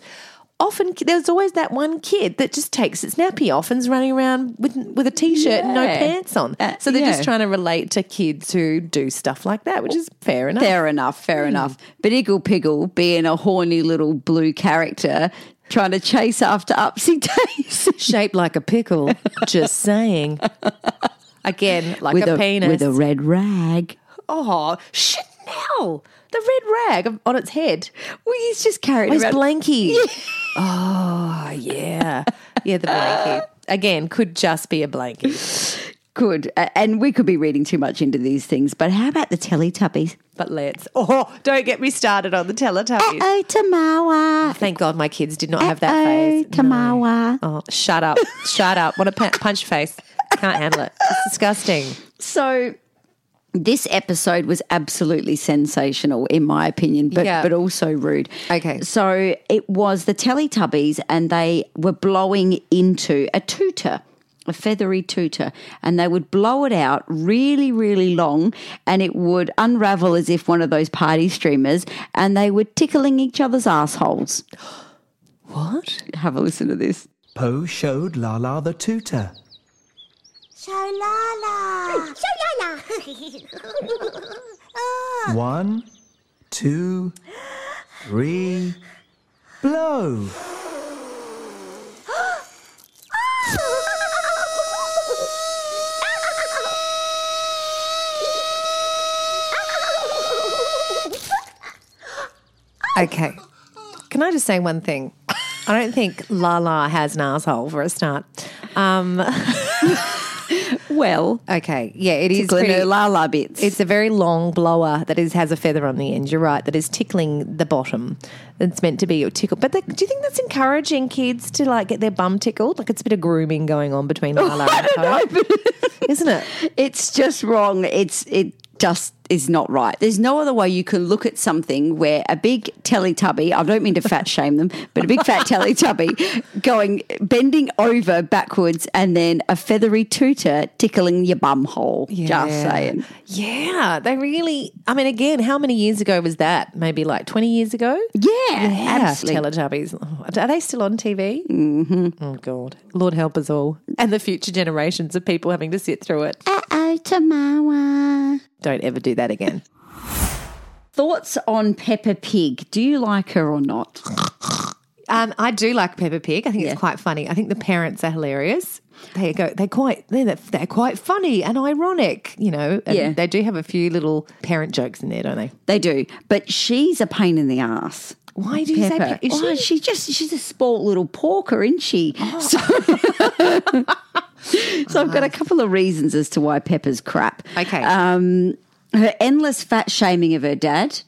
[SPEAKER 2] Often there's always that one kid that just takes its nappy off and is running around with with a t-shirt and no
[SPEAKER 1] Yeah.
[SPEAKER 2] pants on.
[SPEAKER 1] Uh,
[SPEAKER 2] so they're
[SPEAKER 1] yeah.
[SPEAKER 2] just trying to relate to kids who do stuff like that, which is fair enough.
[SPEAKER 1] Fair enough,
[SPEAKER 2] Hmm.
[SPEAKER 1] fair enough. But Iggle Piggle being a horny little blue character trying to chase after Upsy Daisy.
[SPEAKER 2] shaped like a pickle. just saying. Again, like
[SPEAKER 1] with
[SPEAKER 2] a, penis.
[SPEAKER 1] With a red rag.
[SPEAKER 2] oh, Chanel! The red rag on its head.
[SPEAKER 1] Well, he's just carried
[SPEAKER 2] His
[SPEAKER 1] around.
[SPEAKER 2] blankie. Oh, yeah. Yeah, the blankie. Again, could just be a blankie,
[SPEAKER 1] Good. A- And we could be reading too much into these things, but how about the Teletubbies?
[SPEAKER 2] but let's. Oh, don't get me started on the Teletubbies.
[SPEAKER 1] Uh-oh, Tamawa.
[SPEAKER 2] Thank God my kids did not have that
[SPEAKER 1] Uh-oh,
[SPEAKER 2] phase. No.
[SPEAKER 1] Tamawa.
[SPEAKER 2] Oh, shut up. shut up. What a pa- punch face. Can't handle it. It's disgusting.
[SPEAKER 1] So this episode was absolutely sensational, in my opinion, but,
[SPEAKER 2] Yeah.
[SPEAKER 1] but also rude.
[SPEAKER 2] Okay.
[SPEAKER 1] So it was the Teletubbies, and they were blowing into a tutor. a feathery tutor, and they would blow it out really, really long, and it would unravel as if one of those party streamers, and they were tickling each other's assholes.
[SPEAKER 2] What?
[SPEAKER 1] Have a listen to this.
[SPEAKER 15] Poe showed Lala the tutor.
[SPEAKER 6] Show Lala.
[SPEAKER 12] Show Lala.
[SPEAKER 6] oh.
[SPEAKER 15] One, two, three, blow.
[SPEAKER 2] Okay. Can I just say one thing? I don't think Lala has an asshole for a start. Um,
[SPEAKER 1] Well,
[SPEAKER 2] okay, yeah, it is
[SPEAKER 1] Tickling her
[SPEAKER 2] pretty-
[SPEAKER 1] Lala bits.
[SPEAKER 2] It's a very long blower that is has a feather on the end. You're right. That is tickling the bottom. It's meant to be your tickle. But that, do you think that's encouraging kids to like get their bum tickled? Like it's a bit of grooming going on between Lala and Poe, isn't it?
[SPEAKER 1] it's just wrong. It's it just is not right. There's no other way you can look at something where a big Teletubby, I don't mean to fat shame them, but a big fat Teletubby going bending over backwards and then a feathery tutor tickling your bum hole. Just
[SPEAKER 2] Yeah.
[SPEAKER 1] saying.
[SPEAKER 2] Yeah, they really. I mean, again, how many years ago was that? Maybe like twenty years ago.
[SPEAKER 1] Yeah,
[SPEAKER 2] Yeah,
[SPEAKER 1] absolutely.
[SPEAKER 2] Teletubbies. Oh, Are they still on TV? Mm-hmm. Oh God, Lord help us all, and the future generations of people having to sit through it.
[SPEAKER 12] Oh, Tamawa.
[SPEAKER 2] Don't ever do that again.
[SPEAKER 1] Thoughts on Peppa Pig? Do you like her or not?
[SPEAKER 2] Um, I do like Peppa Pig. I think
[SPEAKER 1] Yeah.
[SPEAKER 2] it's quite funny. I think the parents are hilarious. They go. They're quite. They're, they're quite funny and ironic. You know. And
[SPEAKER 1] Yeah.
[SPEAKER 2] They do have a few little parent jokes in there, don't they?
[SPEAKER 1] They do, but she's a pain in the ass.
[SPEAKER 2] Why do you say
[SPEAKER 1] Peppa.
[SPEAKER 2] Pe- is
[SPEAKER 1] Why,
[SPEAKER 2] she-
[SPEAKER 1] she just she's a sport little porker, isn't she? So, So I've got a couple of reasons as to why Peppa's crap.
[SPEAKER 2] Okay.
[SPEAKER 1] Um, her endless fat shaming of her dad.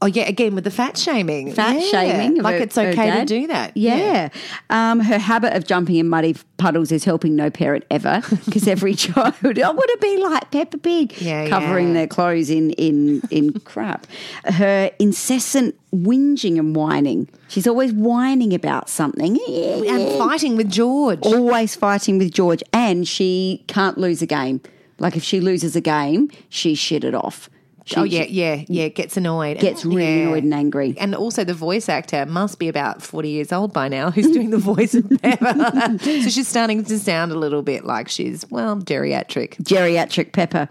[SPEAKER 2] Oh yeah. Again with the fat shaming.
[SPEAKER 1] Fat
[SPEAKER 2] Yeah.
[SPEAKER 1] shaming. of
[SPEAKER 2] Like
[SPEAKER 1] her-
[SPEAKER 2] it's
[SPEAKER 1] her
[SPEAKER 2] okay to
[SPEAKER 1] dad.
[SPEAKER 2] do that.
[SPEAKER 1] Yeah. Um, her habit of jumping in muddy puddles is helping no parent ever because every child, oh, would it be like Peppa Pig
[SPEAKER 2] Yeah,
[SPEAKER 1] covering
[SPEAKER 2] yeah.
[SPEAKER 1] their clothes in, in, in crap? Her incessant whinging and whining. She's always whining about something.
[SPEAKER 2] And fighting with George.
[SPEAKER 1] always fighting with George, and she can't lose a game. Like if she loses a game, she's shitted off. She,
[SPEAKER 2] oh yeah, yeah, yeah. Gets annoyed.
[SPEAKER 1] gets really
[SPEAKER 2] Yeah.
[SPEAKER 1] annoyed and angry.
[SPEAKER 2] And also, the voice actor must be about 40 years old by now who's doing the voice of Peppa. so she's starting to sound a little bit like she's, well, geriatric.
[SPEAKER 1] Geriatric Pepper.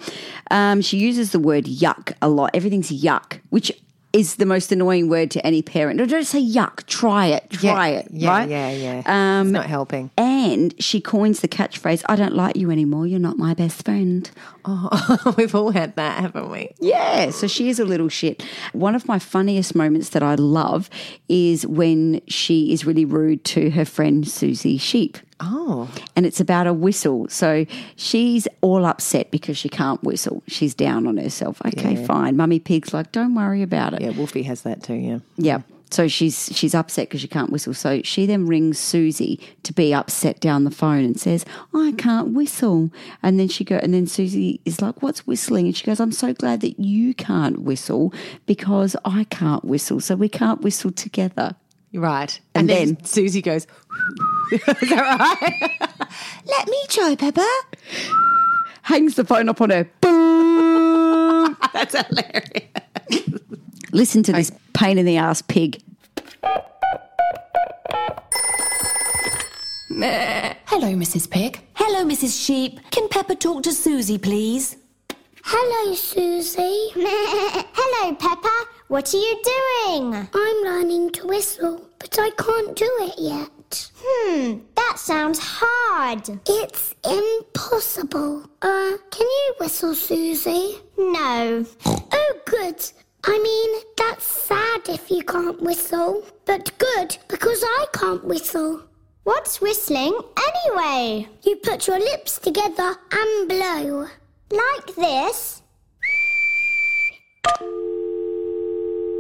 [SPEAKER 1] Um, she uses the word yuck a lot. Everything's yuck, which is the most annoying word to any parent. No, don't say yuck. Try it. Try
[SPEAKER 2] yeah,
[SPEAKER 1] it.
[SPEAKER 2] Yeah,
[SPEAKER 1] right?
[SPEAKER 2] yeah, yeah.
[SPEAKER 1] Um,
[SPEAKER 2] it's not helping.
[SPEAKER 1] And she coins the catchphrase, I don't like you anymore. You're not my best friend.
[SPEAKER 2] Oh, we've all had that, haven't we?
[SPEAKER 1] Yeah, so she is a little shit. One of my funniest moments that I love is when she is really rude to her friend Susie Sheep.
[SPEAKER 2] Oh,
[SPEAKER 1] And it's about a whistle. So she's all upset because she can't whistle. She's down on herself. Okay, fine. Mummy Pig's like, don't worry about it.
[SPEAKER 2] yeah. Wolfie has that too, yeah.
[SPEAKER 1] Yeah. So she's she's upset because she can't whistle. So she then rings Susie to be upset down the phone and says, "I can't whistle." And then she go and then Susie is like, "What's whistling?" And she goes, "I'm so glad that you can't whistle because I can't whistle, so we can't whistle together."
[SPEAKER 2] You're Right.
[SPEAKER 1] And then-
[SPEAKER 2] Susie goes, Is that right? Let me try, Peppa.
[SPEAKER 1] Hangs the phone up on her. Boom!
[SPEAKER 2] That's hilarious.
[SPEAKER 1] Listen to this pain in the ass pig.
[SPEAKER 7] Hello, Mrs. Pig. Hello, Mrs. Sheep. Can Pepper talk to Susie, please?
[SPEAKER 6] Hello, Susie.
[SPEAKER 12] Hello, Peppa. What are you doing?
[SPEAKER 6] I'm learning to whistle, but I can't do it yet.
[SPEAKER 12] Hmm, that sounds hard.
[SPEAKER 6] It's impossible. Uh, can you whistle, Susie?
[SPEAKER 12] No.
[SPEAKER 6] Oh, good. I mean, that's sad if you can't whistle, but good because I can't whistle.
[SPEAKER 12] What's whistling anyway?
[SPEAKER 6] You put your lips together and blow.
[SPEAKER 12] Like this.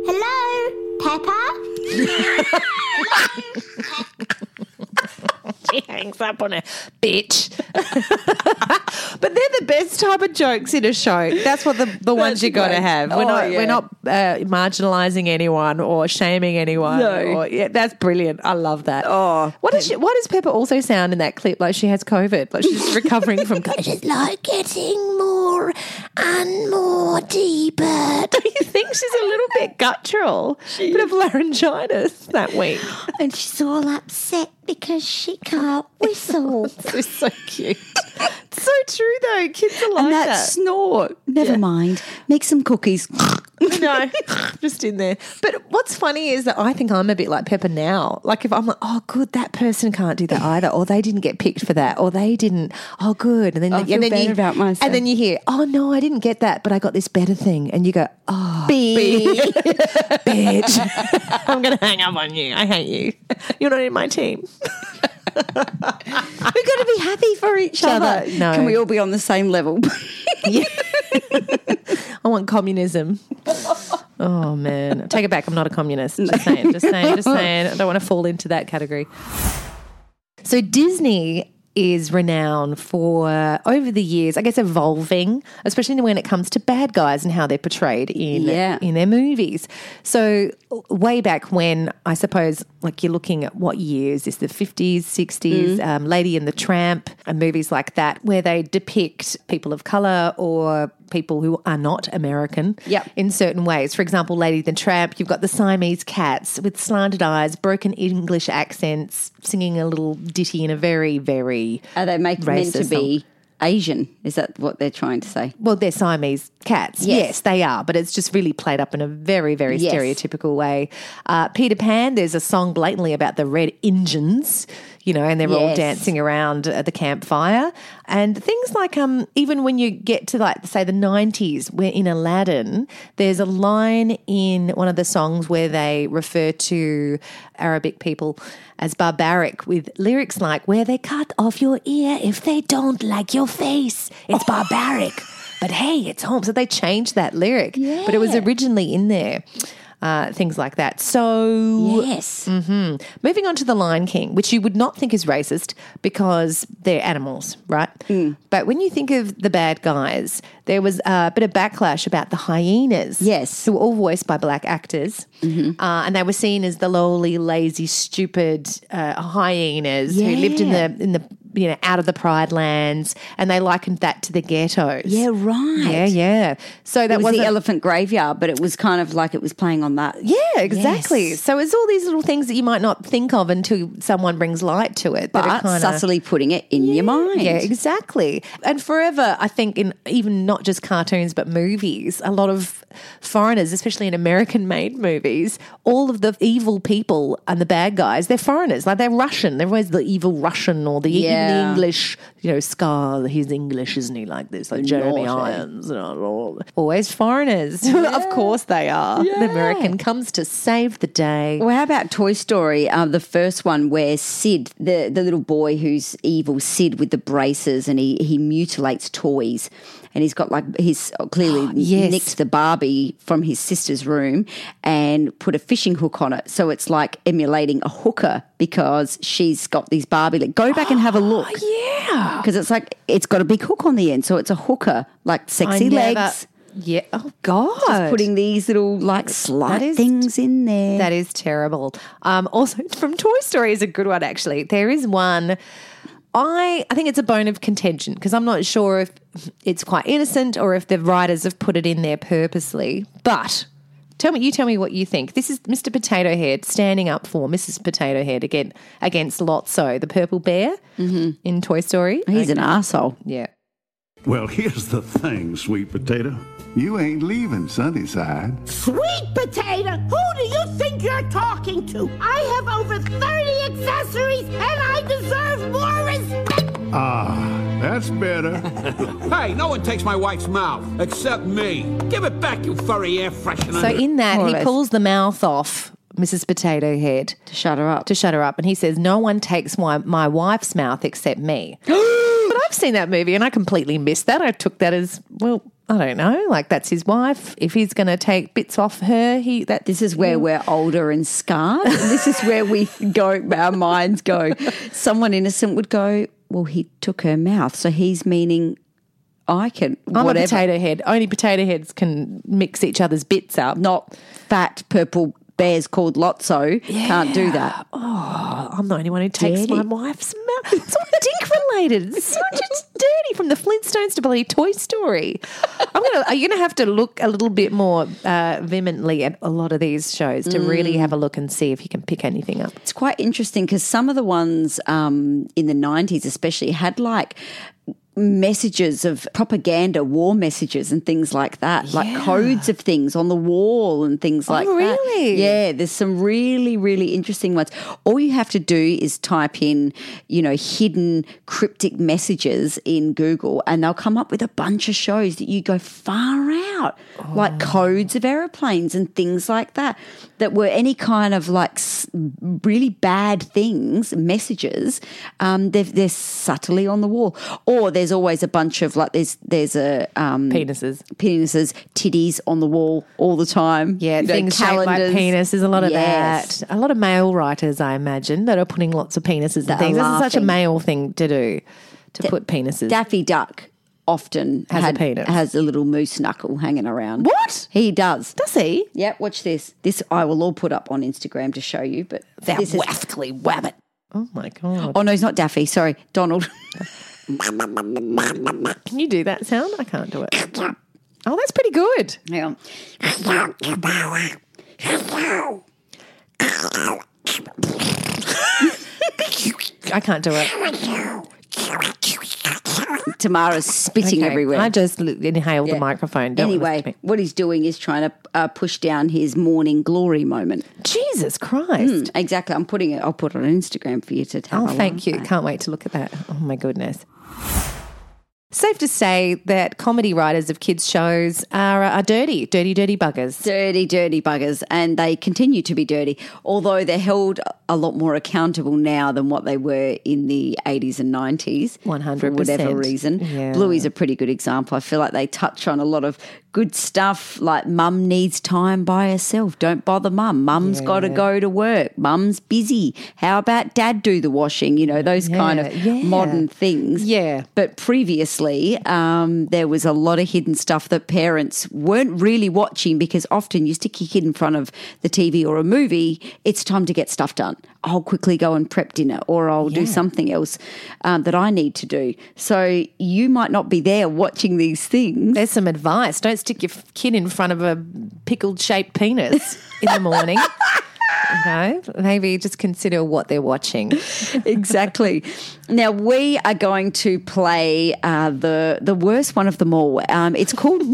[SPEAKER 12] Hello, Peppa?
[SPEAKER 2] she hangs up on her bitch. but they're the best type of jokes in a show. That's what the, the ones you got to
[SPEAKER 1] great.
[SPEAKER 2] have. We're
[SPEAKER 1] Oh,
[SPEAKER 2] not
[SPEAKER 1] yeah.
[SPEAKER 2] we're not uh, marginalising anyone or shaming anyone.
[SPEAKER 1] No.
[SPEAKER 2] or- yeah, that's brilliant. I love that. Oh, what does she, what does Pepper also sound in that clip like? She has COVID, like she's recovering from COVID.
[SPEAKER 13] Like getting more and more deeper.
[SPEAKER 2] Do you think she's a little bit guttural? A bit of laryngitis that week.
[SPEAKER 13] And she's all upset because she can't whistle.
[SPEAKER 2] It's so cute. It's so true though. Kids are like
[SPEAKER 1] and that,
[SPEAKER 2] that.
[SPEAKER 1] snort. Never mind. Make some cookies.
[SPEAKER 2] no, just in there. But what's funny is that I think I'm a bit like Pepper now. Like if I'm like, oh, good, that person can't do that either, or they didn't get picked for that, or they didn't. Oh, good. And then,
[SPEAKER 1] I
[SPEAKER 2] and
[SPEAKER 1] feel
[SPEAKER 2] then
[SPEAKER 1] bad
[SPEAKER 2] you
[SPEAKER 1] about myself.
[SPEAKER 2] and then you hear, oh no, I didn't get that, but I got this better thing, and you go, oh, bitch, I'm gonna hang up on you. I hate you. You're not in my team.
[SPEAKER 1] We've got to be happy for each other.
[SPEAKER 2] No.
[SPEAKER 1] Can we all be on the same level?
[SPEAKER 2] I want communism. Oh man, take it back. I'm not a communist. Just saying, just saying, just saying. I don't want to fall into that category. So Disney is renowned for over the years, I guess, evolving, especially when it comes to bad guys and how they're portrayed in
[SPEAKER 1] Yeah.
[SPEAKER 2] in their movies. So way back when, I suppose, like you're looking at what years is the 50s, 60s,
[SPEAKER 1] Mm.
[SPEAKER 2] um, Lady and the Tramp, and movies like that, where they depict people of color or people who are not American
[SPEAKER 1] Yep.
[SPEAKER 2] in certain ways. For example, Lady the Tramp, you've got the Siamese cats with slanted eyes, broken English accents, singing a little ditty in a very, very
[SPEAKER 1] Are they make, meant to
[SPEAKER 2] Racist
[SPEAKER 1] be Asian? Is that what they're trying to say?
[SPEAKER 2] well, they're Siamese cats. Yes.
[SPEAKER 1] Yes.
[SPEAKER 2] they are, but it's just really played up in a very, very
[SPEAKER 1] Yes.
[SPEAKER 2] stereotypical way. Uh, Peter Pan, there's a song blatantly about the red engines, you know, and they're all
[SPEAKER 1] Yes.
[SPEAKER 2] dancing around uh, the campfire. And things like, um, even when you get to like, say, the 90s, where in Aladdin, there's a line in one of the songs where they refer to Arabic people as barbaric with lyrics like, where they cut off your ear if they don't like your face. It's barbaric. But hey, it's home. So they changed that lyric, but it was originally in there. Uh, things like that. So,
[SPEAKER 1] Yes.
[SPEAKER 2] moving on to The Lion King, which you would not think is racist because they're animals, right?
[SPEAKER 1] Mm.
[SPEAKER 2] But when you think of the bad guys, there was a bit of backlash about the hyenas.
[SPEAKER 1] Yes.
[SPEAKER 2] Who were all voiced by black actors.
[SPEAKER 1] Mm-hmm.
[SPEAKER 2] Uh, and they were seen as the lowly, lazy, stupid uh, hyenas who lived in the, in the, you know, out of the pride lands. And they likened that to the ghettos.
[SPEAKER 1] Yeah, right.
[SPEAKER 2] Yeah, yeah. So
[SPEAKER 1] It
[SPEAKER 2] that
[SPEAKER 1] was
[SPEAKER 2] wasn't-
[SPEAKER 1] the elephant graveyard, but it was kind of like it was playing on that.
[SPEAKER 2] Yeah, exactly.
[SPEAKER 1] Yes.
[SPEAKER 2] So it's all these little things that you might not think of until someone brings light to it. that
[SPEAKER 1] But
[SPEAKER 2] are kinda-
[SPEAKER 1] subtly putting it in your mind.
[SPEAKER 2] Yeah, exactly. And forever, I think in even not just cartoons but movies, a lot of foreigners, especially in American-made movies, all of the evil people and the bad guys, they're foreigners. Like they're Russian. They're always the evil Russian or the, even the
[SPEAKER 1] Yeah.
[SPEAKER 2] English. You know, Scar. He's English, isn't he? Like this, like Jeremy
[SPEAKER 1] Naughty.
[SPEAKER 2] Irons. and all- Always foreigners. of course they are. The American comes to save the day.
[SPEAKER 1] Well, how about Toy Story? Uh, the first one where Sid, the, the little boy who's evil, Sid with the braces, and he, he mutilates toys. And he's got like, he's clearly
[SPEAKER 2] Yes.
[SPEAKER 1] nicked the Barbie from his sister's room and put a fishing hook on it. So it's like emulating a hooker because she's got these Barbie. Like, go back and have a look.
[SPEAKER 2] yeah.
[SPEAKER 1] Because it's like, it's got a big hook on the end. So it's a hooker, like sexy
[SPEAKER 2] never-
[SPEAKER 1] legs.
[SPEAKER 2] Yeah. Oh God.
[SPEAKER 1] Just putting these little like slight
[SPEAKER 2] is-
[SPEAKER 1] things in there.
[SPEAKER 2] That is terrible. Um, also, from Toy Story is a good one, actually. There is one. I, I think it's a bone of contention because I'm not sure if it's quite innocent or if the writers have put it in there purposely. But tell me, you tell me what you think. This is Mr. Potato Head standing up for Mrs. Potato Head again against Lotso, the purple bear
[SPEAKER 1] Mm-hmm.
[SPEAKER 2] in Toy Story.
[SPEAKER 1] He's an asshole.
[SPEAKER 2] Yeah.
[SPEAKER 16] Well, here's the thing, sweet potato. You ain't leaving Sunnyside.
[SPEAKER 3] Sweet potato, who do you think you're talking to? I have over 30 accessories and I deserve more respect.
[SPEAKER 16] Ah, that's better.
[SPEAKER 17] Hey, no one takes my wife's mouth except me. Give it back, you furry air freshener.
[SPEAKER 2] So in that,
[SPEAKER 1] More or
[SPEAKER 2] he
[SPEAKER 1] less.
[SPEAKER 2] pulls the mouth off Mrs. Potato Head
[SPEAKER 1] To shut her up.
[SPEAKER 2] to shut her up, and he says, "No one takes my my wife's mouth except me." but I've seen that movie, and I completely missed that. I took that as well. I don't know. Like that's his wife. If he's going to take bits off her, he that
[SPEAKER 1] this is where we're older and scarred. this is where we go. Our minds go. Someone innocent would go. Well, he took her mouth, so he's meaning I can.
[SPEAKER 2] I'm
[SPEAKER 1] whatever.
[SPEAKER 2] a potato head. Only potato heads can mix each other's bits up.
[SPEAKER 1] Not fat purple bears called Lotso can't do that.
[SPEAKER 2] Oh, I'm the only one who takes
[SPEAKER 1] Dirty.
[SPEAKER 2] my wife's mouth. It's all dick related. It's so just dirty from the Flintstones to bloody Toy Story. I'm gonna. Are you gonna have to look a little bit more uh, vehemently at a lot of these shows to
[SPEAKER 1] Mm.
[SPEAKER 2] really have a look and see if you can pick anything up?
[SPEAKER 1] It's quite interesting because some of the ones um, in the 90s, especially, had like messages of propaganda, war messages, and things like that, like codes of things on the wall and things like that.
[SPEAKER 2] Oh, really?
[SPEAKER 1] Yeah, there's some really, really interesting ones. All you have to do is type in, you know, hidden cryptic messages in Google, and they'll come up with a bunch of shows that you go far out,
[SPEAKER 2] Oh.
[SPEAKER 1] like codes of aeroplanes and things like that, that were any kind of like s- really bad things, messages. Um, they're, they're subtly on the wall, or there's always a bunch of like there's there's a um,
[SPEAKER 2] Penises.
[SPEAKER 1] penises, titties on the wall all the time.
[SPEAKER 2] Yeah,
[SPEAKER 1] You know,
[SPEAKER 2] things shaped like
[SPEAKER 1] calendars.
[SPEAKER 2] penis. There's a lot of
[SPEAKER 1] Yes.
[SPEAKER 2] that. A lot of male writers, I imagine, that are putting lots of penises and
[SPEAKER 1] That are
[SPEAKER 2] things. This is such a
[SPEAKER 1] laughing.
[SPEAKER 2] male thing to do, to put penises.
[SPEAKER 1] Daffy Duck often
[SPEAKER 2] Has a
[SPEAKER 1] had-
[SPEAKER 2] penis.
[SPEAKER 1] has a little moose knuckle hanging around.
[SPEAKER 2] What?
[SPEAKER 1] he does?
[SPEAKER 2] Does he?
[SPEAKER 1] Yeah, watch this. This I will all put up on Instagram to show you. But
[SPEAKER 2] That
[SPEAKER 1] this is
[SPEAKER 2] waftly wabbit. Oh my god!
[SPEAKER 1] oh no, he's not Daffy. Sorry, Donald.
[SPEAKER 2] Can you do that sound? I can't do it. Oh, that's pretty good.
[SPEAKER 1] Hang on.
[SPEAKER 2] I can't do it.
[SPEAKER 1] Tamara's spitting
[SPEAKER 2] Okay.
[SPEAKER 1] everywhere.
[SPEAKER 2] I just l- inhaled the microphone. Don't want this to
[SPEAKER 1] anyway, what he's doing is trying to uh, push down his morning glory moment.
[SPEAKER 2] be- Jesus Christ.
[SPEAKER 1] Mm, exactly. I'm putting it. I'll put it on Instagram for you to tell.
[SPEAKER 2] Oh, thank you. Can't wait to look at that. Oh, my goodness. Safe to say that comedy writers of kids' shows are, are dirty, dirty, dirty buggers.
[SPEAKER 1] Dirty, dirty buggers, and they continue to be dirty, although they're held a lot more accountable now than what they were in the 80s and 90s.
[SPEAKER 2] 100%.
[SPEAKER 1] For whatever reason.
[SPEAKER 2] Yeah.
[SPEAKER 1] Bluey's a pretty good example. I feel like they touch on a lot of good stuff, like mum needs time by herself. Don't bother mum. Mum's got to go to work. Mum's busy. How about dad do the washing? You know, those kind of
[SPEAKER 2] Yeah, yeah.
[SPEAKER 1] modern things.
[SPEAKER 2] Yeah.
[SPEAKER 1] But previously, um, there was a lot of hidden stuff that parents weren't really watching because often you stick your kid in front of the TV or a movie, it's time to get stuff done. I'll quickly go and prep dinner or I'll do something else um, that I need to do. So you might not be there watching these things.
[SPEAKER 2] There's some advice. Don't stick your f- kid in front of a pickled shaped penis in the morning. you know, maybe just consider what they're watching.
[SPEAKER 1] exactly. Now we are going to play uh, the the worst one of them all. Um, it's called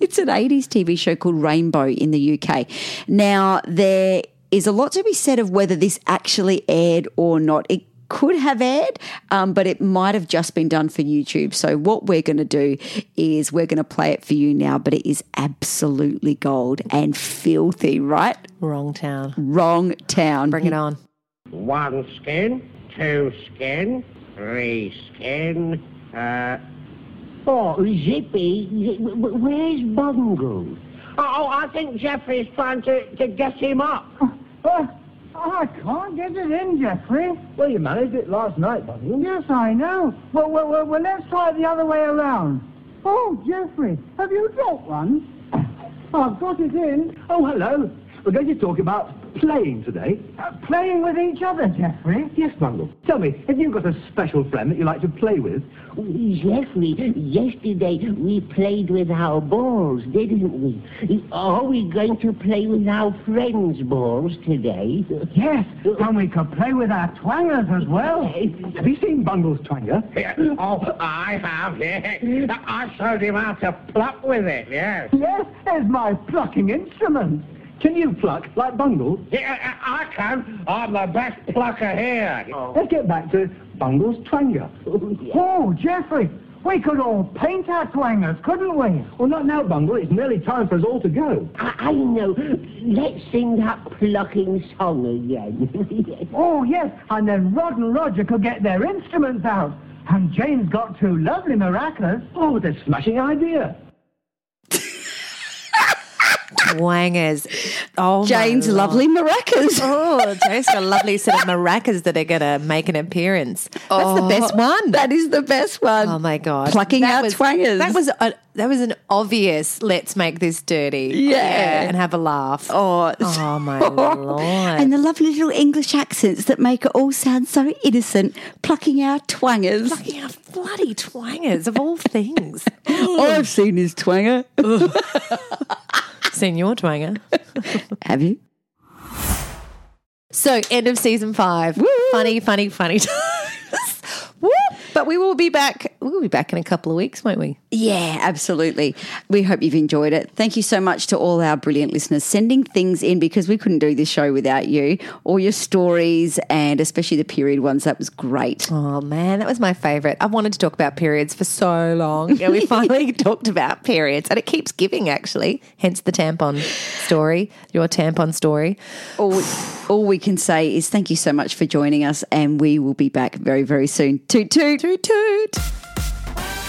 [SPEAKER 1] it's an eighties TV show called Rainbow in the UK. Now there is a lot to be said of whether this actually aired or not. It could have aired, um, but it might have just been done for YouTube. So what we're going to do is we're going to play it for you now, but it is absolutely gold and filthy, right?
[SPEAKER 2] Wrong town.
[SPEAKER 1] Wrong town.
[SPEAKER 2] Bring it on.
[SPEAKER 18] One skin, two skin, three skin. Uh, oh, Zippy, z- w- w- where's Bungle? Oh, oh, I think Jeffrey's trying to, to get him up. Uh, I can't get it in, Jeffrey. Well, you managed it last night, Bungle. Yes, I know. Well, well, well, well let's try it the other way around. Oh, Jeffrey, have you dropped one? I've got it in. Oh, hello. We're going to talk about playing today. Uh, playing with each other, Jeffrey? Yes, Bungle. Tell me, have you got a special friend that you like to play with?
[SPEAKER 19] Jeffrey, yesterday we played with our balls, didn't we? Are we going to play with our friends' balls today?
[SPEAKER 18] Yes, and we could play with our twangers as well. Have you seen Bungle's twanger? Oh, I have, yeah. I showed him how to pluck with it, yes. Yes, there's my plucking instrument. Can you pluck like Bungle? Yeah, I I can. I'm the best plucker here.
[SPEAKER 19] Oh.
[SPEAKER 18] Let's get back to Bungle's twanger. Oh, Jeffrey, we could all paint our twangers, couldn't we? Well, not now, Bungle. It's nearly time for us all to go.
[SPEAKER 19] I, I know. Let's sing that plucking song again.
[SPEAKER 18] Oh, yes, and then Rod and Roger could get their instruments out. And Jane's got two lovely maracas. Oh, what a smashing idea.
[SPEAKER 2] Wangers. Oh, my
[SPEAKER 1] Jane's
[SPEAKER 2] Lord.
[SPEAKER 1] lovely maracas.
[SPEAKER 2] Oh, Jane's got a lovely set of maracas that are going to make an appearance. That's the best one.
[SPEAKER 1] Oh. That is the best one.
[SPEAKER 2] Oh my god!
[SPEAKER 1] Plucking
[SPEAKER 2] That
[SPEAKER 1] out
[SPEAKER 2] was,
[SPEAKER 1] twangers.
[SPEAKER 2] That was a, that was an obvious. Let's make this dirty.
[SPEAKER 1] Yeah.
[SPEAKER 2] and have a laugh.
[SPEAKER 1] Oh,
[SPEAKER 2] Oh, my lord!
[SPEAKER 1] And the lovely little English accents that make it all sound so innocent, plucking our twangers.
[SPEAKER 2] Fucking hell, bloody twangers of all things.
[SPEAKER 1] All I've seen is twanger.
[SPEAKER 2] Seen your twanger.
[SPEAKER 1] Have you?
[SPEAKER 2] So end of season five. Funny, funny, funny times. Woo! But we will be back. We'll be back in a couple of weeks, won't we?
[SPEAKER 1] Yeah, absolutely. We hope you've enjoyed it. Thank you so much to all our brilliant listeners sending things in because we couldn't do this show without you. All your stories and especially the period ones. That was great.
[SPEAKER 2] Oh man, that was my favorite. I've wanted to talk about periods for so long. Yeah, we finally talked about periods, and it keeps giving actually. Hence the tampon story, your tampon story.
[SPEAKER 1] All, all we can say is thank you so much for joining us, and we will be back very, very soon. Toot toot.
[SPEAKER 2] Toot toot.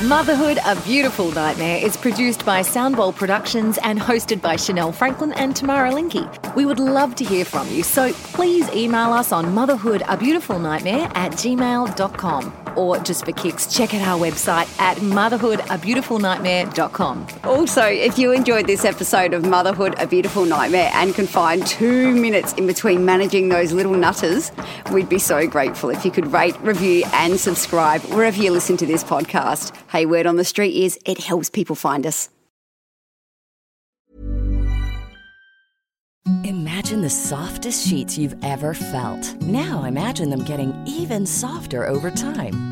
[SPEAKER 20] Motherhood, a Beautiful Nightmare is produced by Soundbowl Productions and hosted by Chanel Franklin and Tamara Linky. We would love to hear from you, so please email us on motherhoodabeautifulnightmare at gmail.com. Or just for kicks, check out our website at motherhoodabeautifulnightmare.com.
[SPEAKER 21] Also, if you enjoyed this episode of Motherhood A Beautiful Nightmare and can find two minutes in between managing those little nutters, we'd be so grateful if you could rate, review, and subscribe wherever you listen to this podcast. Hey, word on the street is it helps people find us.
[SPEAKER 22] Imagine the softest sheets you've ever felt. Now imagine them getting even softer over time.